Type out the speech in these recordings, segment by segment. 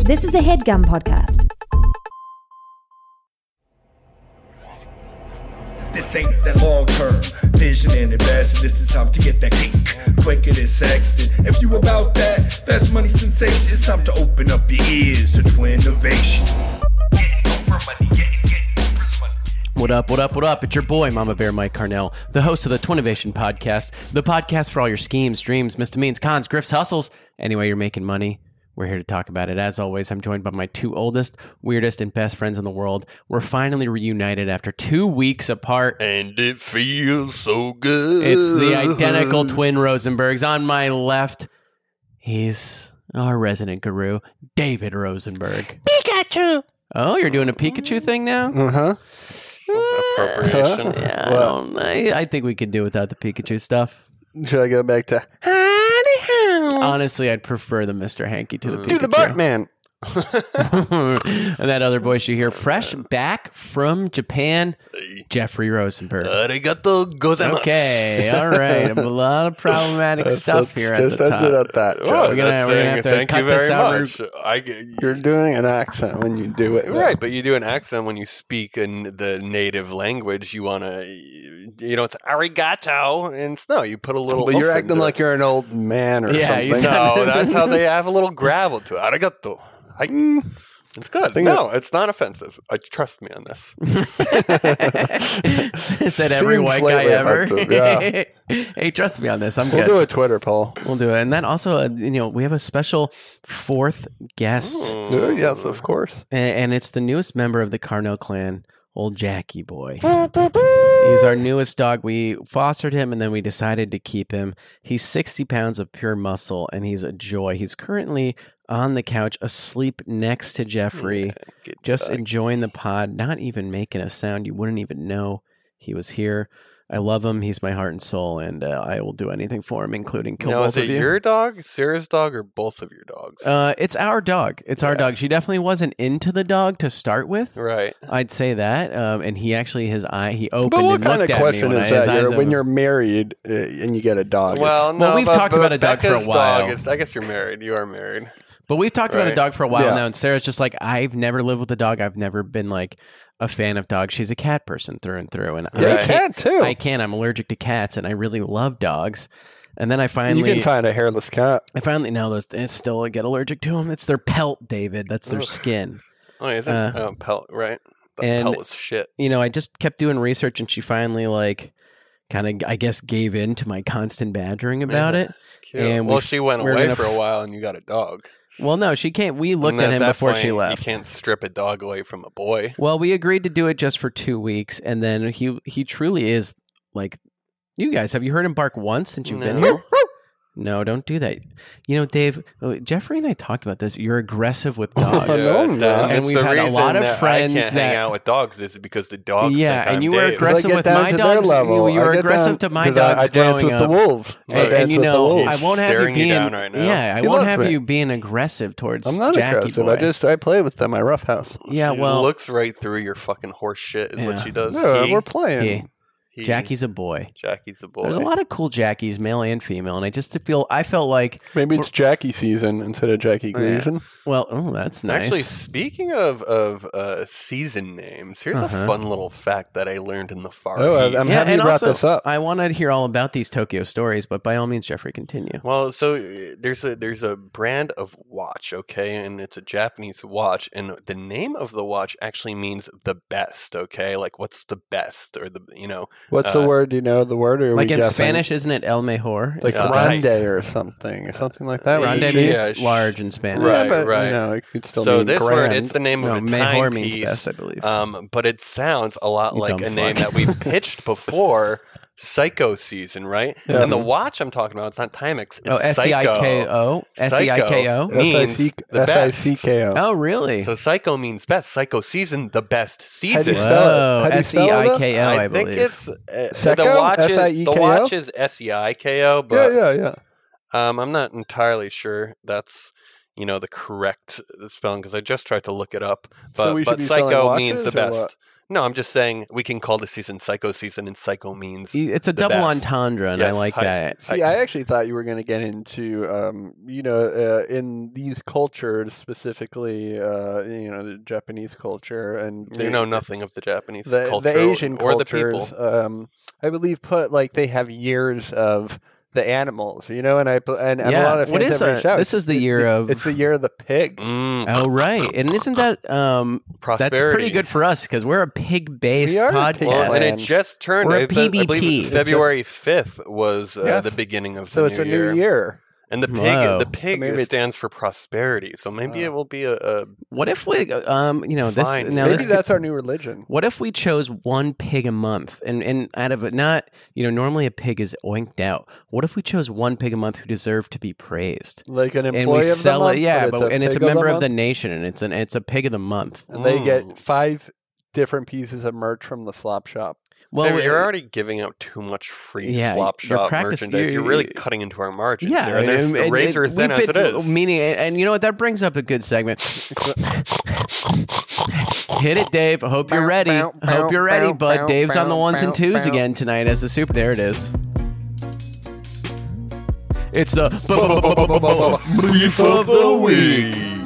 This is a headgum podcast. This ain't that long term vision and investing. This is time to get that cake quicker than Sexton. If you about that, that's money sensation. It's time to open up your ears to twin innovation. Getting Oprah money, getting, getting Oprah's money. What up, what up, what up? It's your boy, Mama Bear Mike Carnell, the host of the Twinnovation Podcast, the podcast for all your schemes, dreams, misdemeans, cons, grifts, hustles. Anyway, you're making money. We're here to talk about it. As always, I'm joined by my two oldest, weirdest, and best friends in the world. We're finally reunited after two weeks apart. And it feels so good. It's the identical twin Rosenbergs. On my left, he's our resident guru, David Rosenberg. Pikachu! Oh, you're doing a Pikachu thing now? appropriation. I, don't, I, I think we could do without the Pikachu stuff. Should I go back to Honestly, I'd prefer the Mr. Hanky to the Pikachu. Mm. do the Bartman? and that other voice you hear, fresh back from Japan, Jeffrey Rosenberg. Uh, Arigato gozaimasu. Okay, all right. A lot of problematic stuff Let's here at Just the end it top. at that. Oh, We're gonna- that's we're gonna saying have to thank cut you this very out. much. I get- You're doing an accent when you do it, though. Right, but you do an accent when you speak in the native language. You want to, you know, it's arigato, and it's no, you put a little. But you're oomph acting into like you're an old man or Yeah, something. you it. No, that's how they have a little gravel to it. Arigato. I, Mm. it's good. think No, it's not offensive. I trust me on this. Said every Seems white guy slightly ever. offensive, yeah. hey, trust me on this. I'm We'll good. do a Twitter poll. We'll do it. And then also, uh, you know, we have a special fourth guest, and, Oh, yes, of course. and it's the newest member of the Carno clan, old Jackie boy. He's our newest dog. We fostered him and then we decided to keep him. He's 60 pounds of pure muscle and he's a joy. He's currently on the couch asleep next to Jeffrey, good just enjoying the pod, not even making a sound. You wouldn't even know he was here. I love him. He's my heart and soul, and uh, I will do anything for him, including kill Now, both is it of you. your dog, Sarah's dog, or both of your dogs? Uh, it's our dog. It's our dog. She definitely wasn't into the dog to start with. right. I'd say that. Um, and he actually his eye he opened. But what and kind of looked at me question when I- is his that? eyes You're, when opened. you're married uh, and you get a dog. Well, it's- no, we've but- talked but about a dog for a Becca's while. Dog is, I guess you're married. You are married. But we've talked about a Right. dog for a while Yeah. now, and Sarah's just like, I've never lived with a dog. I've never been like a fan of dogs. She's a cat person through and through, and they I Right. can't. can too. I can. I'm allergic to cats, and I really love dogs. And then I you finally, can find a hairless cat. I finally know those. It's still I get allergic to them. It's their pelt, David. That's their skin. Oh, is it? Uh, oh, pelt, right? The and- pelt was shit. You know, I just kept doing research, and she finally like, kind of, I guess, gave in to my constant badgering about Mm-hmm. it. It's cute. and we- well, she went we're away gonna- for a while, and you got a dog. Well, no, she can't. We looked And at him that before she point, left. You can't strip a dog away from a boy. Well, we agreed to do it just for two weeks, and then he he truly is like you guys. Have you heard him bark once since you've been No. here? No, don't do that. You know, Dave, uh, Jeffrey, and I talked about this. You're aggressive with dogs. no, and, no. uh, And it's we've the had a reason lot of that friends I can't that- hang out with dogs is because the dogs. Yeah, think I'm and you were Dave. aggressive I get with down my to their dogs. level. You, you I were get aggressive down- to my 'cause I- dogs I dance growing with up. the wolves. I Hey, dance and you with the know, wolves. I He's won't have you staring you being down right now. yeah, I He won't loves have me. you being aggressive towards I'm not Jackie aggressive. boy. I just I play with them. I roughhouse. yeah, She well, looks right through your fucking horse shit. Is Yeah. what she does. Yeah, He- Uh, we're yeah, playing. he- Jackie's a boy. Jackie's a boy. There's a lot of cool Jackies, male and female, and I just feel I felt like Maybe it's Jackie season instead of Jackie Gleason. well, oh, that's nice. Actually, speaking of of uh, season names, here's a fun little fact that I learned in the far Uh-huh. Oh, I- east. I'm happy you brought this up. I want to hear all about these Tokyo stories, but by all means, Jeffrey, continue. well, so uh, there's a there's a brand of watch, okay, and it's a Japanese watch, and the name of the watch actually means the best, okay, like what's the best or the you know What's the word? Do you know the word? Or are Like we in guessing? Spanish, isn't it El Mejor? like Is that- right. Ronde or something, or something like that. Ronde Ronde Grande yeah, means sh- large in Spanish. Right, yeah, but, right. You know, it could still so mean this word grand. it's the name No, of a Mejor means timepiece, best, I believe. um, but it sounds a lot You like dumb a name fuck. that we pitched before. Psycho season, right? And the watch I'm talking about, it's not Timex. It's Oh, S E I K Psycho. O. S E I K O. Psycho. means S-I-C- the best. S-I-C-K-O. Oh, really? So psycho means best. Psycho season, the best How do you season. spell Whoa, it? How do you S E spell it? I K O, I think believe. it's uh, so the Seiko? watch. Is, the S-I-E-K-O? watch is S E I K O, E Yeah, but yeah, yeah. Um, I'm not entirely sure that's you know the correct spelling because uh, I just tried to look it up. But, So we should but be selling psycho watches means the or what? best. No, I'm just saying we can call this season Psycho season, and Psycho means E It's a The double best. entendre, and I Yes, like hi- that. See, I actually thought you were going to get into, um, you know, uh, in these cultures specifically, uh, you know, the Japanese culture and you the- know nothing of the Japanese the, culture the Asian or the people. cultures, um, I believe, put like they have years of the animals, you know, and I bel- and, and Yeah. a lot of What fans is have reached that? out. This It's- is the year of- It's the year of the pig. Mm, Oh right, and isn't that um prosperity. that's pretty good for us because we're a pig based We are a podcast. well, and Yes. it just turned. We're a I be- I believe PvP. February fifth was uh, Yes. the beginning of So the it's new a new year. and the pig. Whoa. The pig Maybe it's- stands for prosperity. So maybe it will be a, a What if we um you know this Fine. now Maybe this Maybe that's our new religion. What if we chose one pig a month and, and out of it, not, you know, normally a pig is oinked out. What if we chose one pig a month who deserved to be praised? Like an employee And we of the sell month, it, yeah, but it's a and it's a pig member of the month, nation, and it's an it's a pig of the month. and they Mm. get five different pieces of merch from the slop shop. Well, uh, Babe, you're already giving out too much free Yeah, flop you're shop practice- merchandise. You're, you're- really cutting into our margins yeah, there. And and- they're and- razor and thin we've as it been- is. Meaning, and, and you know what? That brings up a good segment. Hit it, Dave. Hope you're ready. Hope you're ready, bud. Dave's on the ones and twos again tonight as the super. There it is. It's the beef of the week.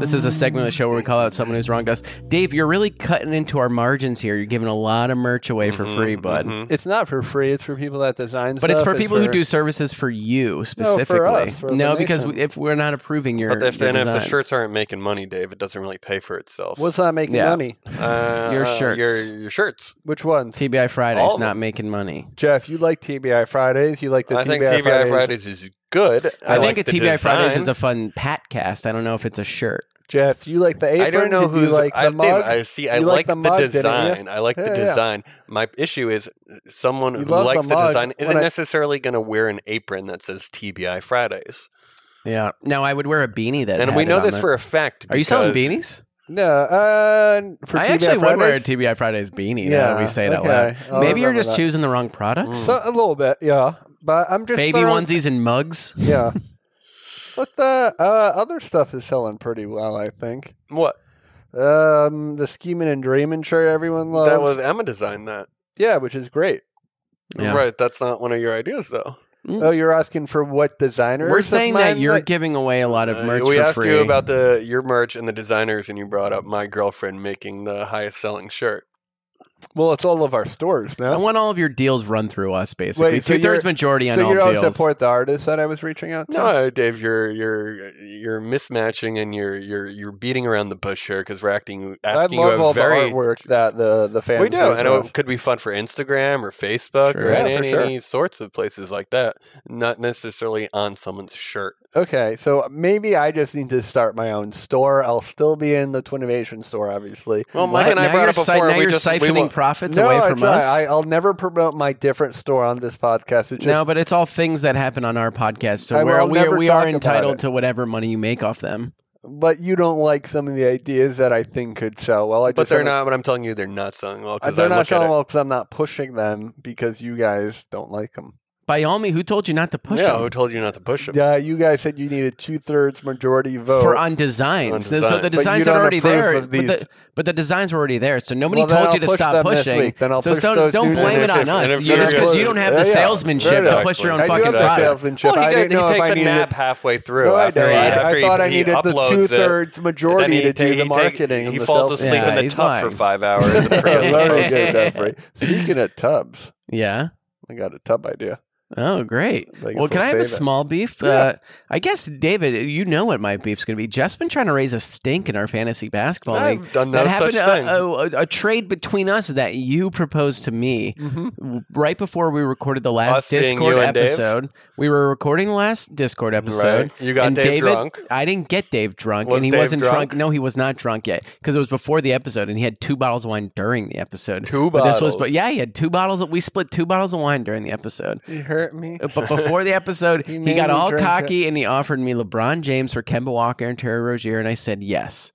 This is a segment of the show where we call out someone who's wronged us. Dave, you're really cutting into our margins here. You're giving a lot of merch away for Mm-hmm, free, bud. It's not for free. It's for people that design But stuff. it's for people who for- do services for you specifically. us, for the No, because nation. if we're not approving your, But if, your then if the designs. shirts aren't making money, Dave, it doesn't really pay for itself. What's not making Yeah. money? uh, your uh, shirts. Your, your shirts. Which ones? TBI All Friday's of not them. making money. Jeff, you like TBI Fridays. You like the I TBI, think TBI Fridays. Fridays. is good. I, like think a the TBI Fridays design. is a fun pat cast. I don't know if it's a shirt. Jeff, you like the apron. I don't know Did you who's like the I, Dave, mug. I see. I You like, the, mug, didn't you? design. I like the Yeah, yeah. design. My issue is uh, someone who love the likes the, mug design when isn't I- necessarily going to wear an apron that says TBI Fridays. Yeah. Now I would wear a beanie that. And had we it know on this it. for a fact. Are you selling beanies? because- No, uh, for I TBI actually Fridays, would wear a TBI Fridays beanie. now that Yeah, we say it out okay. loud. I'll Maybe you're remember just that. choosing the wrong Mm. products. So, a little bit, yeah. But I'm just Baby throwing, onesies and mugs. Yeah. But the uh, other stuff is selling pretty well, I think. What? Um, the scheming and dreaming shirt everyone loves. That was Emma designed that. yeah, which is great. Yeah. Right. That's not one of your ideas, though. Oh, you're asking for what designer? We're saying that you're like, giving away a lot of Uh, merch we for asked free. you about the your merch and the designers, and you brought up my girlfriend making the highest selling shirt. Well, it's all of our stores I now. want all of your deals run through us, basically. Wait, so Two thirds you're- majority on So all you don't deals. support the artist that I was reaching out to? No, Dave, you're you're you're mismatching and you're you're you're beating around the bush here because we're acting I asking love you all a very the artwork that the the fans we do, use and us. it could be fun for Instagram or Facebook Sure. or Yeah, for any, sure. any sorts of places like that. Not necessarily on someone's shirt. Okay, so maybe I just need to start my own store. I'll still be in the Twinnovation store, obviously. Well, What? Mike and I now brought you're up before. si- now we you're just we siphoning will- profits no, away it's from not. us. I, I'll never promote my different store on this podcast. It's just no, but it's all things that happen on our podcast. So I we're, will we, never we talk are about entitled it. to whatever money you make off them. but you don't like some of the ideas that I think could sell well. I But just they're haven't- not. But I'm telling you, they're not selling well. uh, 'cause I They're not look at selling it. well because I'm not pushing them because you guys don't like them. By all me, who told you not to push yeah, them? who told you not to push them? Yeah, you guys said you needed two thirds majority vote. for on designs. On So the design. But you designs don't are already approve there. of But these. the, but the designs were already there. So nobody Well, then told I'll you to push stop them this pushing. week. Then I'll so push so those don't new blame it on designs. us. And if You, just they're because good- you don't have Yeah, the yeah. salesmanship to Exactly. push your own I do fucking have the product. salesmanship. Well, I he, didn't got, know he if takes I a needed- nap halfway through. No, I after don't. he, I- I after he- thought I he needed the uploads it. two-thirds majority And then to do the he take- marketing He and the falls sales- asleep in Yeah, the he's tub lying. for five hohours. in the Yeah, freaking very tub. good, Jeffrey. Speaking of tubs, Yeah. I got a tub idea. Oh, great. guess Well, can I'll I have a save it. small beef? Uh, I guess, David, you know what my beef's going to be. Jeff's been trying to raise a stink in our fantasy basketball I've league. done that no happened such a- thing. A, a- a trade between us that you proposed to me w- right before we recorded the last Mm-hmm. Us being Discord you and Dave? episode. We were recording the last Discord episode. Right. You got and Dave David, drunk. I didn't get Dave drunk, Was and he Dave wasn't drunk? No, he was not drunk yet because it was before the episode, and he had two bottles of wine during the episode. Two But This was, bottles. but yeah, he had two bottles. Of, we split two bottles of wine during the episode You hurt me. but before the episode, he, made got me all drink cocky and he offered me LeBron James for Kemba Walker and Terry Rozier, and I said yes.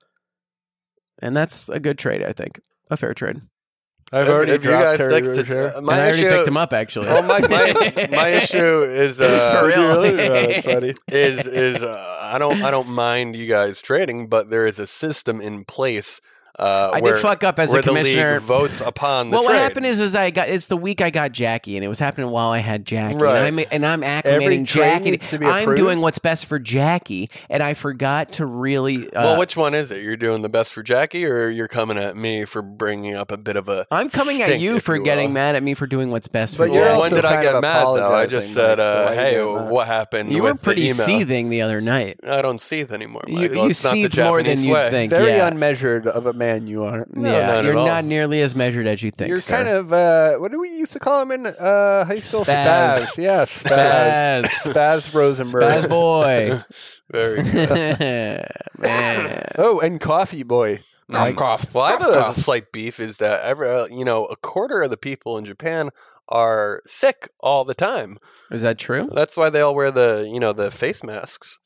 And that's a good trade, I think, a fair trade. I've If- already if you dropped guys Terry think it's- Rozier. uh, and my I already issue, picked him up actually. Well, my, my, my issue is uh, For real. Really? Yeah, that's funny. is is uh, I don't I don't mind you guys trading, but there is a system in place Uh, I did where, fuck up as a where the commissioner. league votes upon the well, what trade. happened is, is I got it's the week I got Jackie, and it was happening while I had Jackie, Right. and I'm and I'm Every acclimating trade Jackie. needs to be I'm approved? doing what's best for Jackie, and I forgot to really. Uh, well, which one is it? You're doing the best for Jackie, or you're coming at me for bringing up a bit of a. I'm coming at stink, you if for will. getting mad at me for doing what's best But for you're Well, Jackie. when also did I kind get of mad though? I apologizing, just said, Mike, so uh, why are you "Hey, doing that?" what happened?" you were with the pretty email? seething the other night. I don't seethe anymore. You- Michael. you it's not the seethe more than Japanese you way. think. Very Yeah. unmeasured of a man you are. yeah, not at you're all. not nearly as measured as you think. You're sir. kind of uh, what do we used to call him in uh, high school? Spaz. Spaz. Yeah, spaz. Spaz, Spaz Rosenberg. Spaz boy. Very. Man. Oh, and Coffee Boy. Nom cough. Well, I have a slight beef is that every, uh, you know a quarter of the people in Japan are sick all the time. Is that true? That's why they all wear the you know the face masks.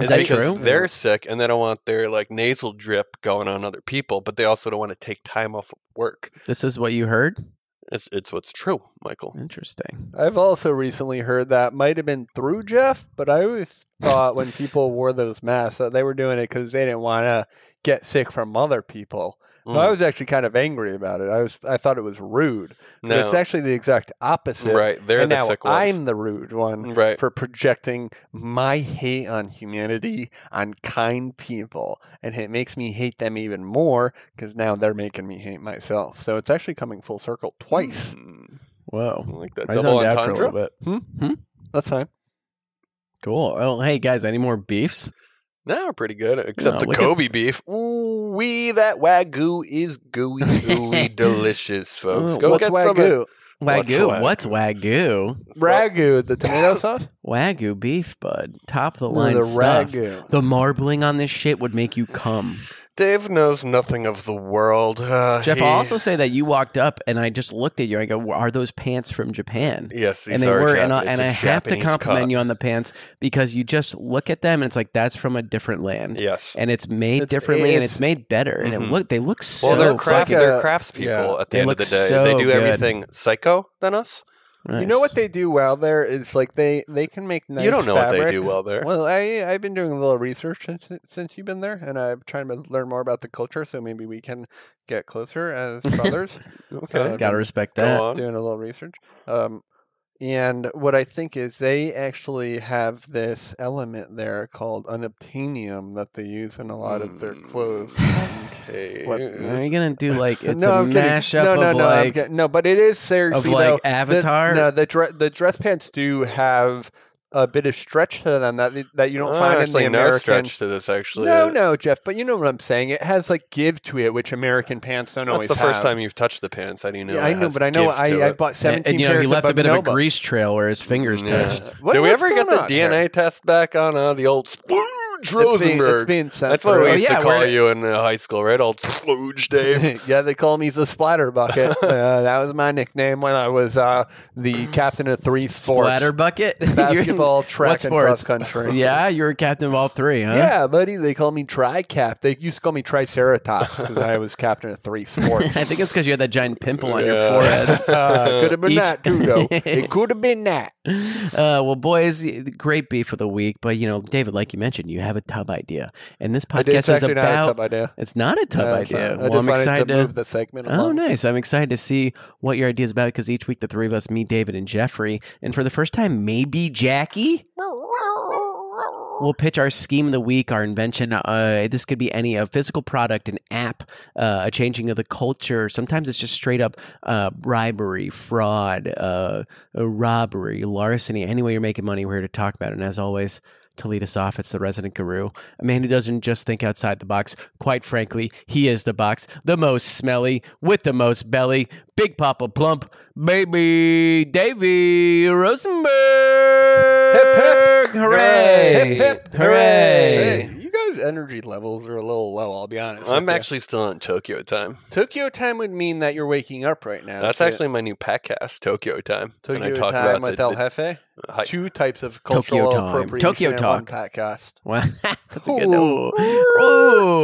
Is It's that because true? They're sick and they don't want their like nasal drip going on other people, but they also don't want to take time off of work. This is what you heard. It's it's what's true, Michael. Interesting. I've also recently heard that might have been through Jeff, but I always thought when people wore those masks that they were doing it because they didn't want to get sick from other people. But I Mm. was actually kind of angry about it. I was I thought it was rude. But No. It's actually the exact opposite. Right, they're and the now sick ones. I'm the rude one Right. for projecting my hate on humanity on kind people, and it makes me hate them even more because now they're making me hate myself. So it's actually coming full circle twice. Mm. I Whoa. like that I double zoned out for a entendre. little bit. That's fine. Cool. Oh, hey guys, any more beefs? No, we're pretty good, except No, the we could- Kobe beef. Ooh, wee, that wagyu is gooey, gooey, delicious, folks. Ooh, Go What's get some of- wagyu? What's Uh, Wagyu. wag- What's wagyu? Ragu, the tomato sauce? Wagyu beef, bud. Top of the No, line the stuff. Wagyu. The marbling on this shit would make you cum. Dave knows nothing of the world. Uh, Jeff, he- I'll also say that you walked up and I just looked at you. I go, "Are those pants from Japan?" Yes, these and they are were, Jap- and I, it's and a I have to Japanese compliment cut. you on the pants because you just look at them and it's like that's from a different land. Yes. and it's made It's- differently and it's- Mm-hmm. it's made better, and it Mhm. look they look so. Well, they're craft, crappy. fucking- like they're a- craftspeople yeah. at the They end of look the day. so they do good. everything psycho than us. You know Nice. what they do well there is like they they can make nice. don't know what they do fabrics. well there. Well, I I've been doing a little research since, since you've been there, and I'm trying to learn more about the culture. So maybe we can get closer as brothers. okay, Gotta respect Go that. on. doing a little research. Um, and what I think is they actually have this element there called unobtainium that they use in a lot of Hmm. their clothes. Okay. What- Are you gonna do like it's no, a I'm kidding. mashup no, no, of no, I'm like? kidding. no, but it is seriously like, though, Avatar? The, no, the dre- the dress pants do have a bit of stretch to them that that you don't Oh, find in the actually, American. no stretch to this. Actually, no, Uh, no, Jeff, but you know what I'm saying. It has like give to it, which American pants don't That's always. the first have. time you've touched the pants. I didn't know. Yeah, I it know, has but I know give to I, I it. bought And, 17 you know, he pairs left of a bit of a Bonobo. grease trail where his fingers touched. Yeah. What- Did we what's ever get going the on DNA here? test back on uh, the old Splooge It's being- Rosenberg? it's being That's what we censored. used Oh, yeah, to call we're- you in uh, high school, right? Old Splooge Dave. yeah, they call me the splatter bucket. uh, that was my nickname when I was uh, the captain of three sports. Splatter bucket, You're in- Basketball, what track, and sports? cross country. Yeah, you were captain of all three, huh? Yeah, buddy. They call me Tricap. They used to call me Triceratops because I was captain of three sports. I think it's because you had that giant pimple on your Yeah. forehead. Uh, could have been Each- that too, though. It could have been that. Uh, well, boys, great beef of the week, but you know, David, like you mentioned, you have a tub idea, and this I did. podcast It's is actually about. not a tub idea. It's not a tub No, it's idea. not. I Well, I'm just excited wanted to move the segment Oh, along. nice! I'm excited to see what your idea is about because each week the three of us, me, David, and Jeffrey, and for the first time, maybe Jackie, will pitch our scheme of the week, our invention. Uh, this could be any a physical product, an app, uh, a changing of the culture. Sometimes it's just straight up uh, bribery, fraud, uh, uh, robbery, larceny. Any way you're making money, we're here to talk about it. And as always. To lead us off, it's the resident guru, a man who doesn't just think outside the box. Quite frankly, he is the box, the most smelly, with the most belly. Big Papa Plump, baby Davy Rosenberg. Hip, hip. Hooray! Hip, hip. Hooray! Hey, you guys' energy levels are a little low. I'll be honest. I'm with you. actually still on Tokyo time. Tokyo time would mean that you're waking up right now. That's so- actually my new podcast, Tokyo time. And I Tokyo talk time about with the- El the- Jefe. Hi- Two types of Tokyo cultural time. appropriation Tokyo in one talk. podcast. Wow, that's a good. Ooh. Ooh,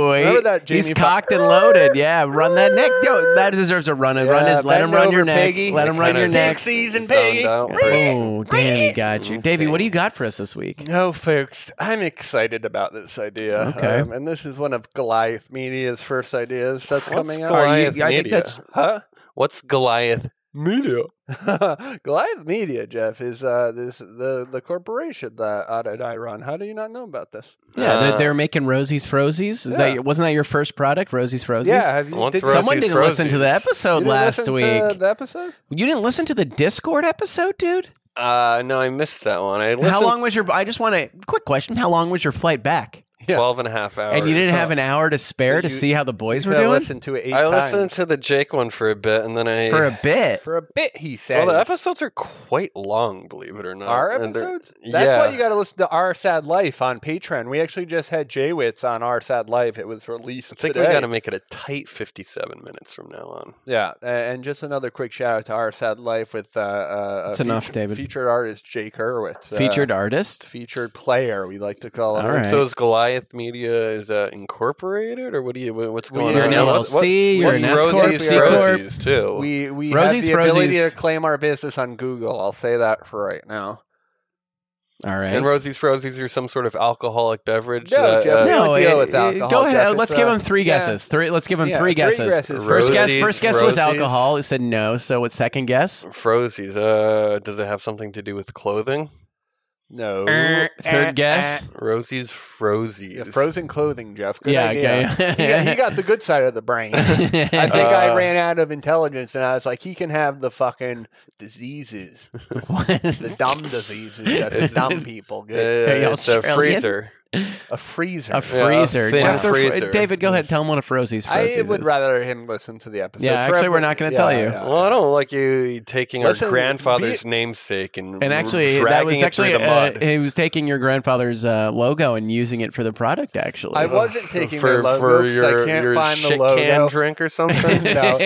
Ooh. Remember he- that he's Jamie Foxx- cocked and loaded. Yeah, run that neck. Yo, that deserves a run. A run Yeah, is let him bend run your over, neck. Peggy. Let him run Kinda your neck. Pixies and zoned Peggy. out for- Oh, damn, he got you, Davey. What do you got for us this week? No, folks, I'm excited about this idea. Okay. Um, and this is one of Goliath Media's first ideas that's What's coming out. Goliath I think Media? that's- Huh? What's Goliath Media. Goliath Media, Jeff, is uh, this the, the corporation that audit I run. How do you not know about this? Yeah, Uh, they're, they're making Rosie's Frozies. Is Yeah. that, wasn't that your first product, Rosie's Frozies? Yeah, have you Once did, Rosie's Someone didn't listen to the Frozies. you episode didn't last listen week. to the episode? You didn't listen to the Discord episode, dude? Uh, no, I missed that one. I listened How long was your I just want a quick question. How long was your flight back? Yeah. 12 and a half hours. And you didn't have an hour to spare to you- see how the boys were I doing? listened to it eight I times. listened to the Jake one for a bit, and then I for a bit. for a bit, he said. Well, the episodes are quite long, believe it or not. Our Uh, And they're- episodes? That's why Yeah. you got to listen to Our Sad Life on Patreon. We actually just had Jaywitz on Our Sad Life. It was released I think today. we got to make it a tight 57 minutes from now on. yeah, a- and just another quick shout out to Our Sad Life with uh, uh, That's a enough, feature- David. Featured artist Jake Hurwitz. uh, Featured artist. featured player, we like to call him. All right. So is Goliath Media is that incorporated or what do you what- what's Well, going you're on? an What- LLC, what- you're what's an S corp, Rosie's C corp. Rosie's, too? We we Rosie's have the ability Frozie's. to claim our business on Google. I'll say that for right now. All right. and Rosie's Frozie's are some sort of alcoholic beverage. No, that, Jeff, uh, don't deal it- with it- alcohol, go ahead. Jeff. uh, It's, Let's give uh, him three yeah. guesses. Three. Let's give him Yeah, three guesses. guesses. First guess. Rosie's, First guess was Rosie's. alcohol. It said no. So what's second guess? Frozie's, uh, does it have something to do with clothing? No. Er, eh, Third guess. Rosie's Frozie's. Yeah, frozen clothing, Jeff. Good Yeah, idea. okay. he, got, he got the good side of the brain. I think eh. I Uh, ran out of intelligence, and I was like, he can have the fucking diseases, the dumb diseases that the dumb people Uh, get. it's a Australian? freezer. A freezer. a freezer. thin Jeff, they're fr- freezer. David, go ahead. Tell him what a Frozie's Frozie's I would is. rather him listen to the episode. Yeah, For actually, a- we're not gonna yeah, tell you. yeah. Well, I don't like you taking Listen, our grandfather's namesake and And r- actually, dragging that was it actually through the mud. uh, he was taking your grandfather's uh, logo and using it for the product. Actually, I wasn't taking for, their logo for 'cause your, I can't your find the shit logo. can drink or something. no,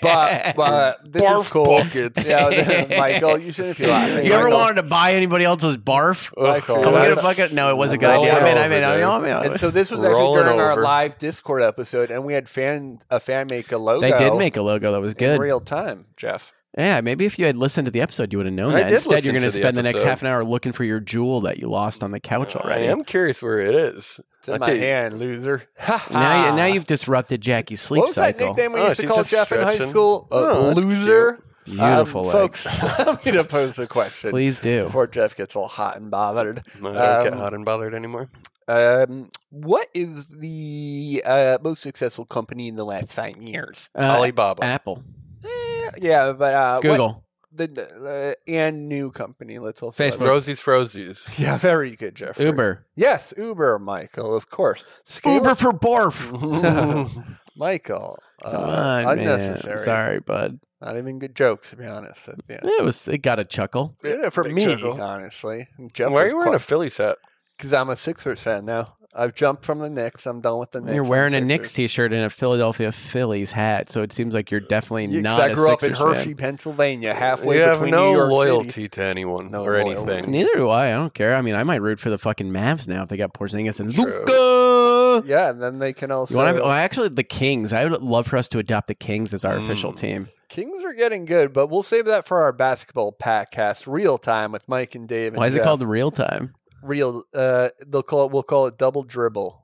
but, but this is Barf cool. buckets. Yeah, Michael, you shouldn't be laughing. You ever Michael. wanted to buy anybody else's barf? Michael, Come get a that's- bucket. No, it wasn't a good Roll idea. I it mean, I over, mean, I dude. mean, I mean, And so this was actually Rolling during our over. live Discord episode, and we had fan a fan make a logo. they did make a logo that was in good. real time, Jeff. Yeah, maybe if you had listened to the episode, you would have known I that. did Instead, listen you're going to to the spend the next episode. half an hour looking for your jewel that you lost on the couch I already. am curious where it is. It's in I my think- hand, loser. Now, you, now you've disrupted Jackie's sleep what was that cycle. nickname we Oh, used to she's call just Jeff in high stretching. school? A Oh, that's loser. Beautiful um, legs. folks. Allow me to pose a question. Please do. Before Jeff gets all hot and bothered, No, I don't get Um, hot and bothered anymore. um, what is the uh, most successful company in the last five years? Uh, Alibaba. Apple, Eh, yeah, but uh, what- Google, the, the uh, and new company. Let's also Facebook. Rosie's Frozie's. Yeah, very good, Jeff. Uber, Yes, Uber, Michael, of course. Scale- Uber for barf. Michael. Uh, Come on, man. unnecessary. Sorry, bud. Not even good jokes, to be honest. At the end. It was. It got a chuckle. Yeah, for Big me, chuckle. honestly. Jeff Why are you wearing a Phillies hat? Because I'm a Sixers fan now. I've jumped from the Knicks. I'm done with the Knicks. You're wearing a I'm Knicks Sixers. T-shirt and a Philadelphia Phillies hat, so it seems like you're definitely Yeah, 'cause not I a grew up in Sixers Hershey, fan. Pennsylvania, halfway you have between no New York loyalty City. to anyone No or loyalty. anything. Neither do I. I don't care. I mean, I might root for the fucking Mavs now if they got Porzingis and True. Luka. Yeah, and then they can also. You want to, well, actually, the Kings. I would love for us to adopt the Kings as our official Mm, team. Kings are getting good, but we'll save that for our basketball podcast, real time with Mike and Dave. And Why is it Jeff. called the real time? real? Uh, they'll call it. We'll call it double dribble.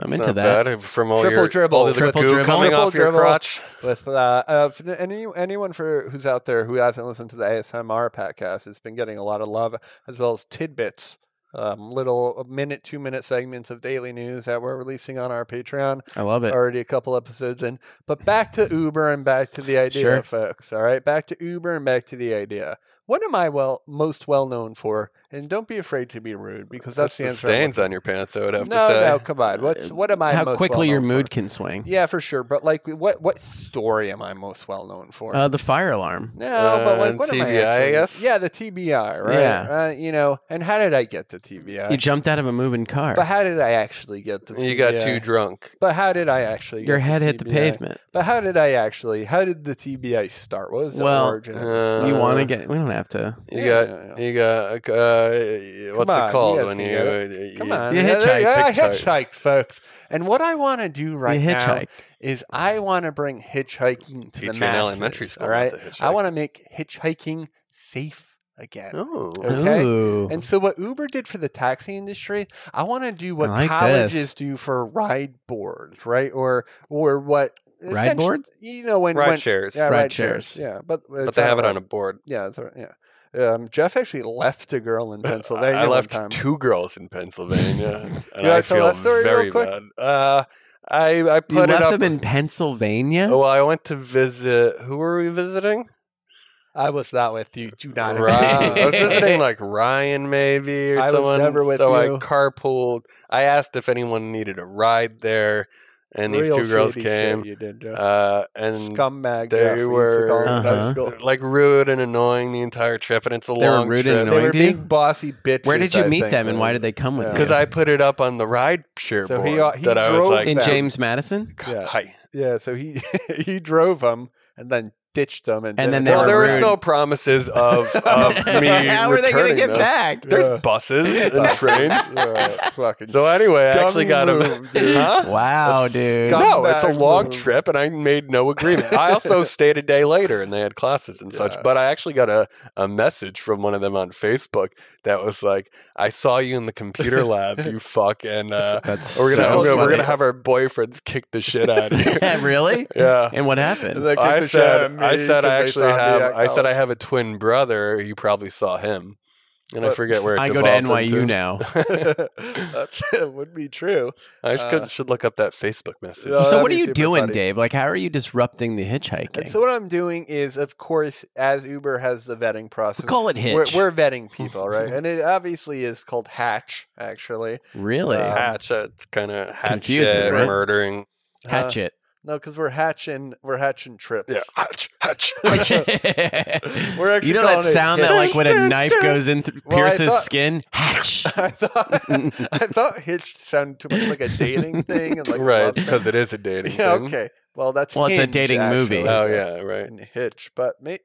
I'm Not into that. bad from all Triple your, dribble. all the Triple goo dribble. coming Triple off your dribble. crotch. With uh, uh, if any anyone for who's out there who hasn't listened to the ASMR podcast, it's been getting a lot of love as well as tidbits, um, little minute, two minute segments of daily news that we're releasing on our Patreon. I love it. Already a couple episodes in, but back to Uber and back to the idea, Sure. folks. All right, back to Uber and back to the idea. What am I well most well known for? And don't be afraid to be rude because that's, the the answer. I'm stains looking- on your pants, I would have No, to say. no, come on. What's what am I? How most quickly your well-known for? mood can swing. Yeah, for sure. But like, what what story am I most well known for? Uh, the fire alarm. no, but uh, like, what am TBI, I? I actually- guess? Yeah, the TBI, right? Yeah. Uh, you know, and how did I get the TBI? You jumped out of a moving car. but how did I actually get the? TBI? You got too drunk. But how did I actually? Your get head the hit the TBI? pavement. But how did I actually? How did the TBI start? What was the Well, origin? of uh, this? you want Uh, to get? We don't have to. You Yeah, got, yeah, you got, uh, what's on, it called yes, when you you, got uh, Come you- on. You Yeah, hitchhiked. yeah, I Hitchhiked. hitchhiked, folks. And what I want to do right now hitchhiked. is I want to bring hitchhiking Teach to the you in masses. elementary school all not right, to hitchhike. I want to make hitchhiking safe again. Oh, Okay. Ooh. And so, what Uber did for the taxi industry, I want to do what I like colleges this. do for ride boards, right? Or or what Ride essentially- boards? You know when Ride when- shares. yeah, Ride ride, shares. shares. yeah. But uh, but they have it on a board. yeah, it's all right, yeah. Um, Jeff actually left a girl in Pennsylvania. I one left time. two girls in Pennsylvania, and I You wanna tell feel that story real very quick? bad. Uh, I I You put it left up. them in Pennsylvania. Oh, well, I went to visit. Who were we visiting? I was not with you. Do not. Ryan. I was agree. visiting like Ryan, maybe, or I was someone. never with so you. I carpooled. I asked if anyone needed a ride there, and these Real two girls shady shit came. You did, Jeff. Uh, and Scumbag. they Jeff, we used to were- call him in high Uh-huh. school. like rude and annoying the entire trip, and it's a They were long rude trip. and They were Annoying to you? big bossy bitches. Where did you I meet think, them, and uh, why did they come with you? Yeah. Because I put it up on the ride share So board he- he that I was drove like, in that- James Madison. Yeah. hi. Yeah, so he he drove them and then ditched them, and, And then They well, were there was rude. no promises of, of me. How are they going to get back? There's Yeah. buses and trains. Yeah, fucking So anyway, I scummy actually got a move, dude. Huh? Wow, dude. scumbag No, it's a long move. trip, and I made no agreement. I also stayed a day later, and they had classes and such. Yeah. But I actually got a, a message from one of them on Facebook that was like, "I saw you in the computer lab, you fuck, and uh, That's we're gonna so we're, gonna- we're funny. gonna have our boyfriends kick the shit out of you." Yeah, really? yeah, And what And happened? they kicked I the shit out of said, me I said, 'cause I they actually saw me have, at I said, I college. have a twin brother. You probably saw him, and I But- forget where it I go to devolved NYU into. now. Oh, That's, it would be true. I should, Uh, should look up that Facebook message. Oh, so that'd what are be you super doing, funny. Dave? Like, how are you disrupting the hitchhiking? And so what I'm doing is, of course, as Uber has the vetting process, We call it We're, hitch. we're vetting people, right? and it obviously is called hatch, actually. really? Uh, hatch, it's kind of hatch Confusing, shit, right? murdering. Hatchet. No, because we're hatching, we're hatching trips. Yeah, hatch, hatch. We're actually you know that calling it sound that, like, when hitch. a knife goes in, th- Well, I pierces thought- skin? Hatch. I thought I thought hitched sounded too much like a dating thing, and like right, love it's because it is a dating Yeah, thing. okay. Well, that's Well, it's a Hinge, dating movie. actually. Oh yeah, right. and Hitch, but may-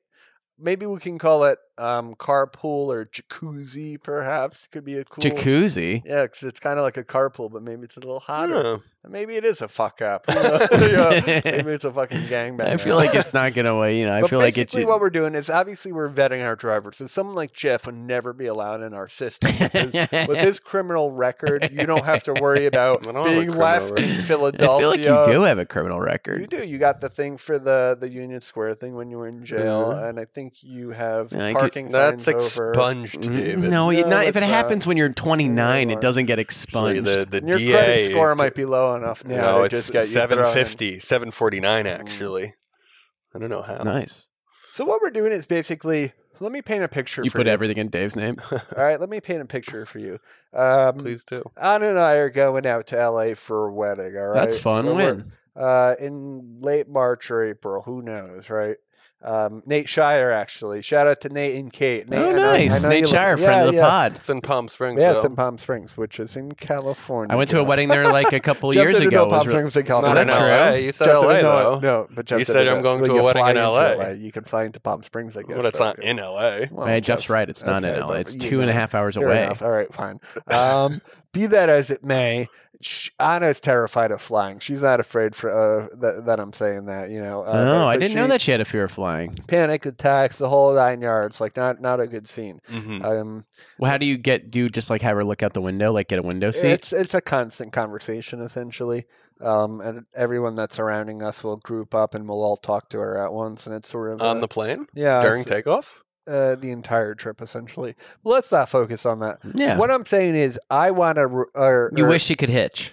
maybe we can call it um, carpool or jacuzzi. Perhaps could be a cool Jacuzzi. Yeah, because it's kind of like a carpool, but maybe it's a little hotter. Huh. Maybe it is a fuck up. You know? Yeah, Maybe it's a fucking gangbang. I feel like it's not going to, you know, I But feel like it's. basically, what we're doing is obviously we're vetting our drivers. So someone like Jeff would never be allowed in our system. Because with his criminal record, you don't have to worry about I don't have a being criminal left record. I in I Philadelphia. feel like you do have a criminal You record. do. You got the thing for the the Union Square thing when you were in jail, and I think you have Yeah, I could- parking Mm-hmm. That's fines over. expunged, David. Mm-hmm. No, you- No, not if it's it not. happens when you're 29, it are. doesn't get Actually, expunged. the the And your DA credit score might be low enough now no, to it's just get you thrown in. 750, Mm. 749 actually. I don't know how. Nice. So what we're doing is basically let me paint a picture. You for put everything in Dave's name. All right, let me paint a picture for you. Um, Please do. Anna and I are going out to LA for a wedding. All right, That's fun. We're- When? Uh, in late March or April, who knows, right? Um, Nate Shire, actually. Shout out to Nate and Kate. Nate, I Oh, know- I nice. know Nate you li- Shire, Yeah, friend of the yeah. pod. It's in Palm Springs. Yeah, though. it's in Palm Springs, which is in California. I went to a Jeff. wedding there like a couple Jeff years didn't ago. Know It Palm was re- Springs in Not California. Is that in true? LA. You said Jeff LA didn't know though. it. No, but Jeff You didn't said, know "I'm it. going Well, to a you wedding fly in into LA. You can fly into Palm Springs, I guess. Well, it's but- not in LA. Well, Hey, Jeff's Jeff- right. It's not okay, in LA. but It's you two and a know, half hours fair away. enough. All right, fine. Um, be that as it may, sh- Anna's terrified of flying. She's not afraid for uh, that, that I'm saying that. You know, uh, oh, but- I but didn't know she- that she had a fear of flying. Panic attacks, the whole nine yards. Like not not a good scene. Mm-hmm. Mm. Um, Well, how do you get? Do you just like have her look out the window, like get a window seat? It's it's a constant conversation essentially, um, and everyone that's surrounding us will group up and we'll all talk to her at once, and it's sort of On a- the plane yeah during it's, takeoff. uh, the entire trip essentially. But let's not focus on that. yeah. What I'm saying is, I want to. Or, you or- wish she could hitch.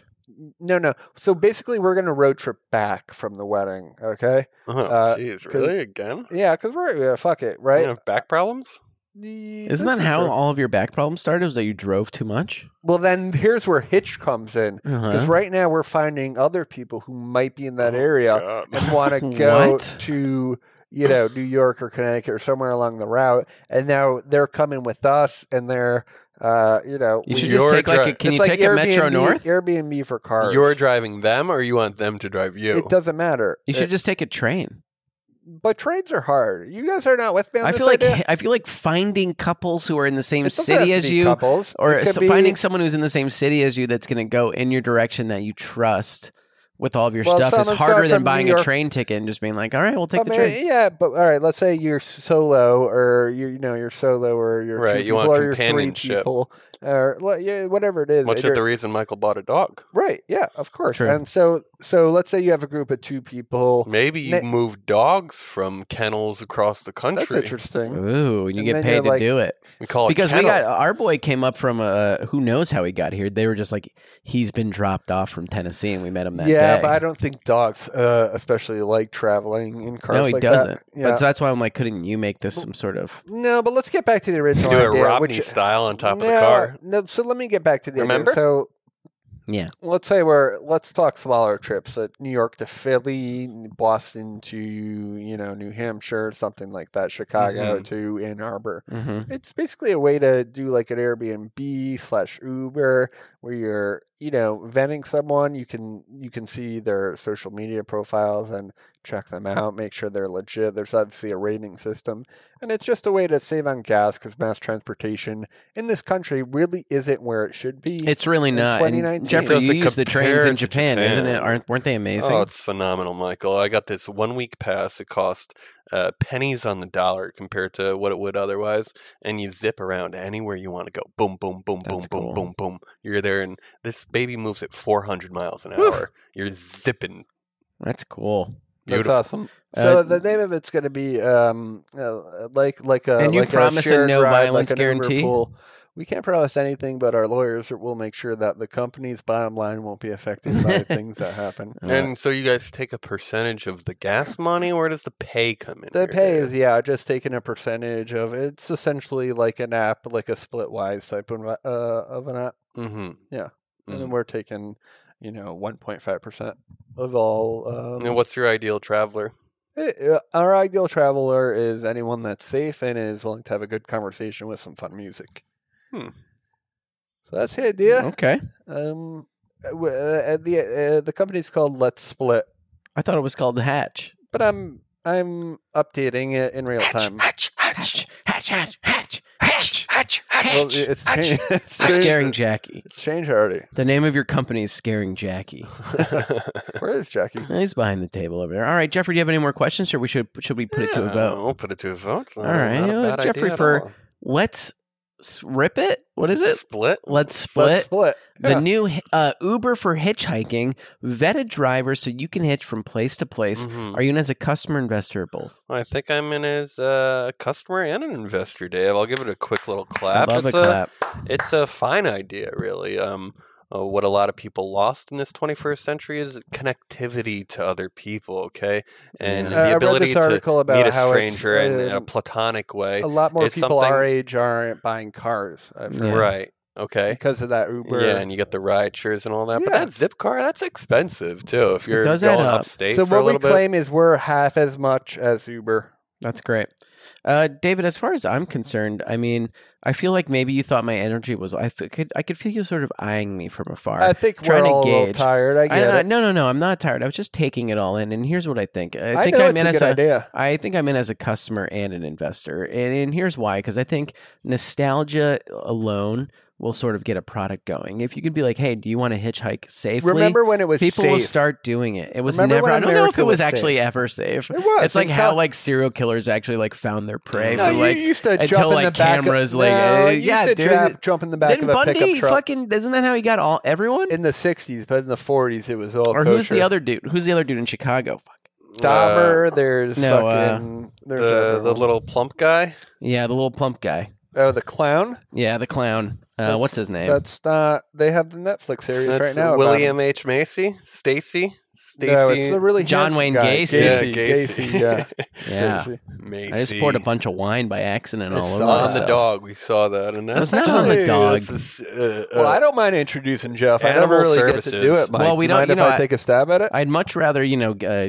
No, no. So basically, we're gonna road trip back from the wedding. Okay. Oh, Uh, jeez, 'cause- really again? Yeah, because we're yeah, fuck it, You right? have back problems? The- Isn't this that is how true. all of your back problems started? Was that you drove too much? Well, then here's where Hitch comes in. Because Uh-huh. right now we're finding other people who might be in that Oh, area God. and want to go What? to you know New York or Connecticut or somewhere along the route, and now they're coming with us, and they're uh, you know You we- should Your just take like a, drive- can it's you like take a Metro Airbnb North? Airbnb for cars. You're driving them, or you want them to drive you? it doesn't matter. You should It- just take a train. but trades are hard. You guys are not with me. On I this feel like idea? I feel like finding couples who are in the same It doesn't have city to as be you, couples. or It could so- finding be- someone who's in the same city as you that's going to go in your direction that you trust with all of your Well, stuff is someone's going harder than from buying New a York- train ticket and just being like, all right, we'll take But the may- train. Yeah, but all right. Let's say you're solo, or you you know you're solo, or you're Right, Two you people, want or you're companionship. three people, or like, yeah, whatever it is. Much You're- of the reason Michael bought a dog. right? Yeah, of course. True. And so, so let's say you have a group of two people. Maybe you Ne- move dogs from kennels across the country. That's interesting. Ooh, and you And get then paid you're to like- "Oh, do it We call it because we kennel. got our boy came up from uh, who knows how he got here. They were just like he's been dropped off from Tennessee, and we met him that yeah, day. but I don't think dogs, uh, especially like traveling in cars. no, he like that. doesn't. Yeah. But so that's why I'm like, couldn't you make this some sort of? no, but let's get back to the You original do it idea, Romney which- style on top no, of the car. No, so let me get back to the Remember? idea. So Yeah, let's say we're let's talk smaller trips like new york to philly boston to you know new hampshire something like that chicago Mhm. to ann arbor mm-hmm. it's basically a way to do like an airbnb slash uber where you're you know venting someone you can you can see their social media profiles and check them out make sure they're legit there's obviously a rating system and it's just a way to save on gas because mass transportation in this country really isn't where it should be It's really in not. And 2019. Jeffrey, Doesn't you use the compare trains in to Japan, isn't it? Japan. Aren't weren't they amazing? Oh, it's phenomenal, Michael. I got this one week pass. It cost uh, pennies on the dollar compared to what it would otherwise. And you zip around anywhere you want to go. Boom, boom, boom, boom, That's cool. boom, boom, boom. You're there, and this baby moves at 400 miles an Woof. hour. You're zipping. That's cool. That's Beautiful. awesome. Uh, So the name of it's going to be um, uh, like like a And you like promise a a shared no ride, like violence an Uber guarantee? pool. We can't promise anything, but our lawyers will make sure that the company's bottom line won't be affected by things that happen. Uh, And so you guys take a percentage of the gas money, or does the pay come in? The here? pay is yeah, just taking a percentage of it's essentially like an app, like a splitwise type of uh, of an app, Mm-hmm. Yeah. and then we're taking you know one point five percent of all. Um, And what's your ideal traveler? Uh, Our ideal traveler is anyone that's safe and is willing to have a good conversation with some fun music. Hmm. So that's the idea. Okay. Um, uh, w- uh, the uh, the company's called Let's Split, I thought it was called the Hatch. but I'm I'm updating it in real time. Hatch, hatch, hatch, hatch, hatch, hatch, Well, it's change, it's Scaring change, Jackie. it's change already. The name of your company is Scaring Jackie. Where is Jackie? He's behind the table over there. All right, Jeffrey, do you have any more questions, or we should should we put it to a vote? We'll put it to a vote. Uh, All right, Not a well, bad idea Jeffrey at for- all. Let's s- rip it. What is it? split? Let's split. Let's split. The Yeah. new uh, Uber for hitchhiking, vetted drivers so you can hitch from place to place. Mhm. Are you in as a customer, investor, or both? I think I'm in as a customer and an investor, Dave. I'll give it a quick little clap. I love it's a clap. It's a fine idea, really. Um, uh, what a lot of people lost in this 21st century is connectivity to other people. Okay, and Yeah. Uh, I the read ability this to article about meet a how it's, stranger in, in a uh, um, platonic way. A lot more It's people our something- age aren't buying cars. I've heard, Yeah. Right. Okay. Because of that Uber. Yeah, and you get the ride shares and all that. But Yeah. that zip car, that's expensive too. If you're does going add up. upstate so for a what we little bit. claim is we're half as much as Uber. That's great. Uh, David, as far as I'm concerned, I mean, I feel like maybe you thought my energy was. I f- could, I could feel you sort of eyeing me from afar. I think trying we're to all a little gauge. tired. I get I- I- it. no, no, no. I'm not tired. I was just taking it all in. And here's what I think. I, I think know I'm it's in a as good a, idea. I think I'm in as a customer and an investor. And, and here's why because I think nostalgia alone will sort of get a product going. If you could be like, hey, do you want to hitchhike safely? Remember when it was People will safe? start doing it. It was Remember never. when I don't know if America it was, was actually safe? ever safe. It was, It's like until- how like serial killers actually like found their prey. No, for, you like, used to until jump in like the back of- cameras. like, No, uh, you used yeah, to dude. jump- jump in the back Didn't of a Bundy pickup truck. fucking? Isn't that how he got all everyone? in the '60s, but in the '40s it was all. or who's the kosher. other dude? Who's the other dude in Chicago? Fuck. Dahmer? there's no, uh, fucking. there's the, the everyone. little plump guy. Yeah, the little plump guy. oh the clown. Yeah, the clown. Uh, That's- what's his name? That's not. They have the Netflix series That's right now. about him. William H. Macy. Stacy. Stacy. No, it's the really John handsome Wayne guy. Gacy. Yeah, Gacy, Gacy. Gacy, yeah. yeah. Seriously. Macy. I just poured a bunch of wine by accident all It's over on on Wow. the myself. dog. We saw that, and that's It's not on the actually- dog. that's a s- uh, Well, uh, I don't mind introducing Jeff. I never Animal really get services. to do it. Mike. Well, we Do don't- you Mind you if know, I, I- take a stab at it? I'd much rather you know uh,